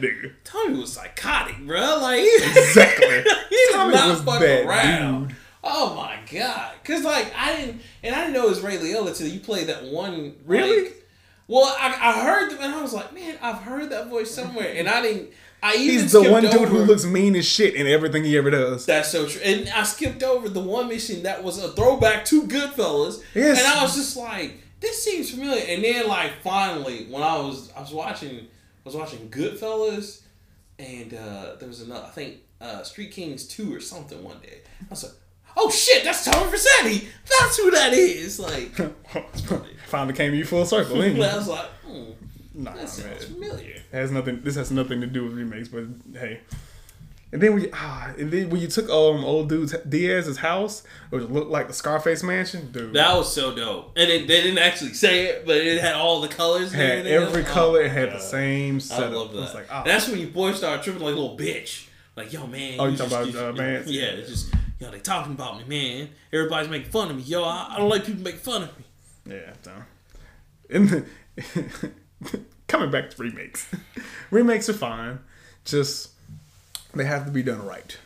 [SPEAKER 1] *laughs*
[SPEAKER 2] nigga.
[SPEAKER 1] Tommy was psychotic, bro. Like he,
[SPEAKER 2] Exactly.
[SPEAKER 1] *laughs* he's
[SPEAKER 2] Tommy
[SPEAKER 1] not
[SPEAKER 2] was
[SPEAKER 1] fucking
[SPEAKER 2] that
[SPEAKER 1] around.
[SPEAKER 2] dude.
[SPEAKER 1] Oh my god! Cause like I didn't, and I didn't know it was Ray Liotta till you played that one.
[SPEAKER 2] Really?
[SPEAKER 1] like- well, I, I heard them and I was like, man, I've heard that voice somewhere, and I didn't. I even
[SPEAKER 2] He's the
[SPEAKER 1] skipped
[SPEAKER 2] one dude who
[SPEAKER 1] over-
[SPEAKER 2] looks mean as shit in everything he ever does.
[SPEAKER 1] That's so true. And I skipped over the one mission that was a throwback to Goodfellas.
[SPEAKER 2] Yes.
[SPEAKER 1] And I was just like, this seems familiar. And then like finally when I was I was watching I was watching Goodfellas and uh there was another I think uh Street Kings 2 or something one day. I was like, "Oh shit, that's Tom Versetti. That's who that is."
[SPEAKER 2] *laughs*
[SPEAKER 1] Like
[SPEAKER 2] *laughs* Finally came to you full circle.
[SPEAKER 1] I
[SPEAKER 2] didn't you?
[SPEAKER 1] was like, hmm,
[SPEAKER 2] Nah,
[SPEAKER 1] that sounds
[SPEAKER 2] man.
[SPEAKER 1] familiar.
[SPEAKER 2] has nothing. This has nothing to do with remakes, but hey. And then we ah, and then when you took um old dude Diaz's house, which looked like the Scarface mansion, dude.
[SPEAKER 1] That was so dope. And it, they didn't actually say it, but it had all the colors. and
[SPEAKER 2] had
[SPEAKER 1] everything
[SPEAKER 2] every
[SPEAKER 1] else. Oh
[SPEAKER 2] color, it
[SPEAKER 1] my
[SPEAKER 2] had the
[SPEAKER 1] God.
[SPEAKER 2] same setup.
[SPEAKER 1] I love that.
[SPEAKER 2] was like, ah,
[SPEAKER 1] That's when your boys start tripping like a little bitch. Like, yo, man.
[SPEAKER 2] Oh, you talking about, uh, Vance?
[SPEAKER 1] Yeah, it's just, yo, they talking about me, man. Everybody's making fun of me. Yo, I, I don't like people make fun of me.
[SPEAKER 2] yeah. So. And then, *laughs* coming back to remakes, *laughs* remakes are fine. Just they have to be done right.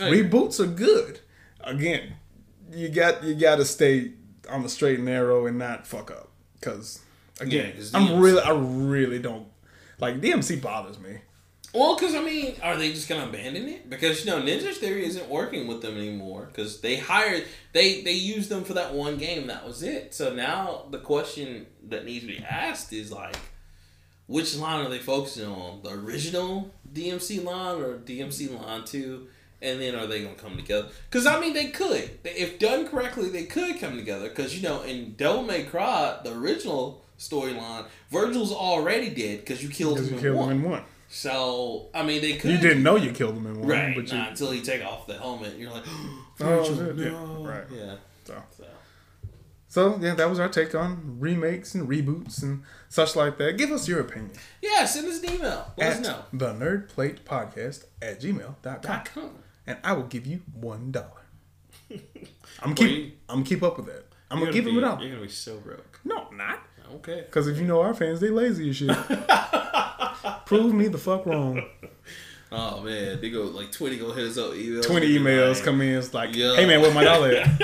[SPEAKER 1] Oh,
[SPEAKER 2] Reboots are good. Again, you got you got to stay on the straight and narrow and not fuck up. Cause again,
[SPEAKER 1] Yeah, 'cause
[SPEAKER 2] I'm
[SPEAKER 1] DMC
[SPEAKER 2] really I really don't like DMC bothers me.
[SPEAKER 1] Well, because, I mean, are they just going to abandon it? Because, you know, Ninja Theory isn't working with them anymore. Because they hired, they, they used them for that one game. That was it. So now the question that needs to be asked is, like, which line are they focusing on? The original DMC line or DMC line two? And then are they gonna come together? Because I mean, they could. They- If done correctly, they could come together. Because you know, in Devil May Cry, the original storyline, Virgil's already dead because you killed
[SPEAKER 2] Because you
[SPEAKER 1] him in
[SPEAKER 2] killed
[SPEAKER 1] one.
[SPEAKER 2] him in one.
[SPEAKER 1] So I mean, they could.
[SPEAKER 2] You didn't know you killed him in one,
[SPEAKER 1] Right,
[SPEAKER 2] but you.
[SPEAKER 1] nah, until you take off the helmet, you're like, *gasps*
[SPEAKER 2] Oh,
[SPEAKER 1] Virgil,
[SPEAKER 2] shit, yeah,
[SPEAKER 1] no.
[SPEAKER 2] right.
[SPEAKER 1] Yeah.
[SPEAKER 2] So.
[SPEAKER 1] So.
[SPEAKER 2] so yeah, that was our take on remakes and reboots and such like that. Give us your opinion.
[SPEAKER 1] Yeah, send us an email. Let us
[SPEAKER 2] at
[SPEAKER 1] know.
[SPEAKER 2] the nerd plate podcast at gmail.com
[SPEAKER 1] Dot com.
[SPEAKER 2] and I will give you
[SPEAKER 1] *laughs*
[SPEAKER 2] one dollar. I'm
[SPEAKER 1] Well,
[SPEAKER 2] keep
[SPEAKER 1] you-
[SPEAKER 2] I'm gonna keep up with that. I'm gonna
[SPEAKER 1] You're
[SPEAKER 2] give
[SPEAKER 1] be-
[SPEAKER 2] him a dollar.
[SPEAKER 1] You're gonna be so broke.
[SPEAKER 2] No, I'm not.
[SPEAKER 1] Okay.
[SPEAKER 2] Cause if you know our fans, they lazy
[SPEAKER 1] *laughs*
[SPEAKER 2] as shit. Prove me the fuck wrong.
[SPEAKER 1] Oh man, they go like twenty go hit us up emails.
[SPEAKER 2] Twenty emails come in, it's like,
[SPEAKER 1] Yeah.
[SPEAKER 2] hey man, where my dollar at?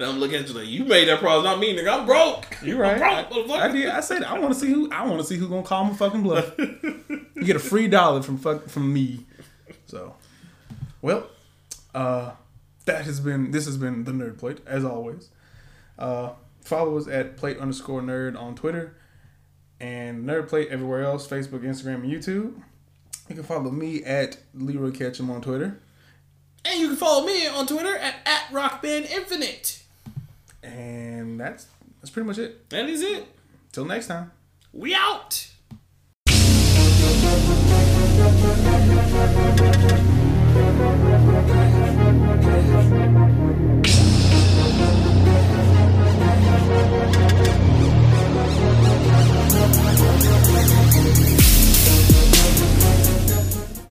[SPEAKER 1] And I'm looking at you like you made that promise, not me, nigga. I'm broke.
[SPEAKER 2] You right?
[SPEAKER 1] I'm
[SPEAKER 2] I,
[SPEAKER 1] broke, motherfucker.
[SPEAKER 2] I did. I said I want to see who I want to see who gonna call my fucking bluff. You get a free dollar from fuck from me. So, well, uh, that has been this has been the Nerd Plate as always. Uh, follow us at Plate underscore Nerd on Twitter and Nerd Plate everywhere else: Facebook, Instagram, and YouTube. You can follow me at Leroy Ketchum on Twitter.
[SPEAKER 1] And you can follow me on Twitter at, at RockBandInfinite.
[SPEAKER 2] And that's that's pretty much it.
[SPEAKER 1] That is it.
[SPEAKER 2] Till next time.
[SPEAKER 1] We out.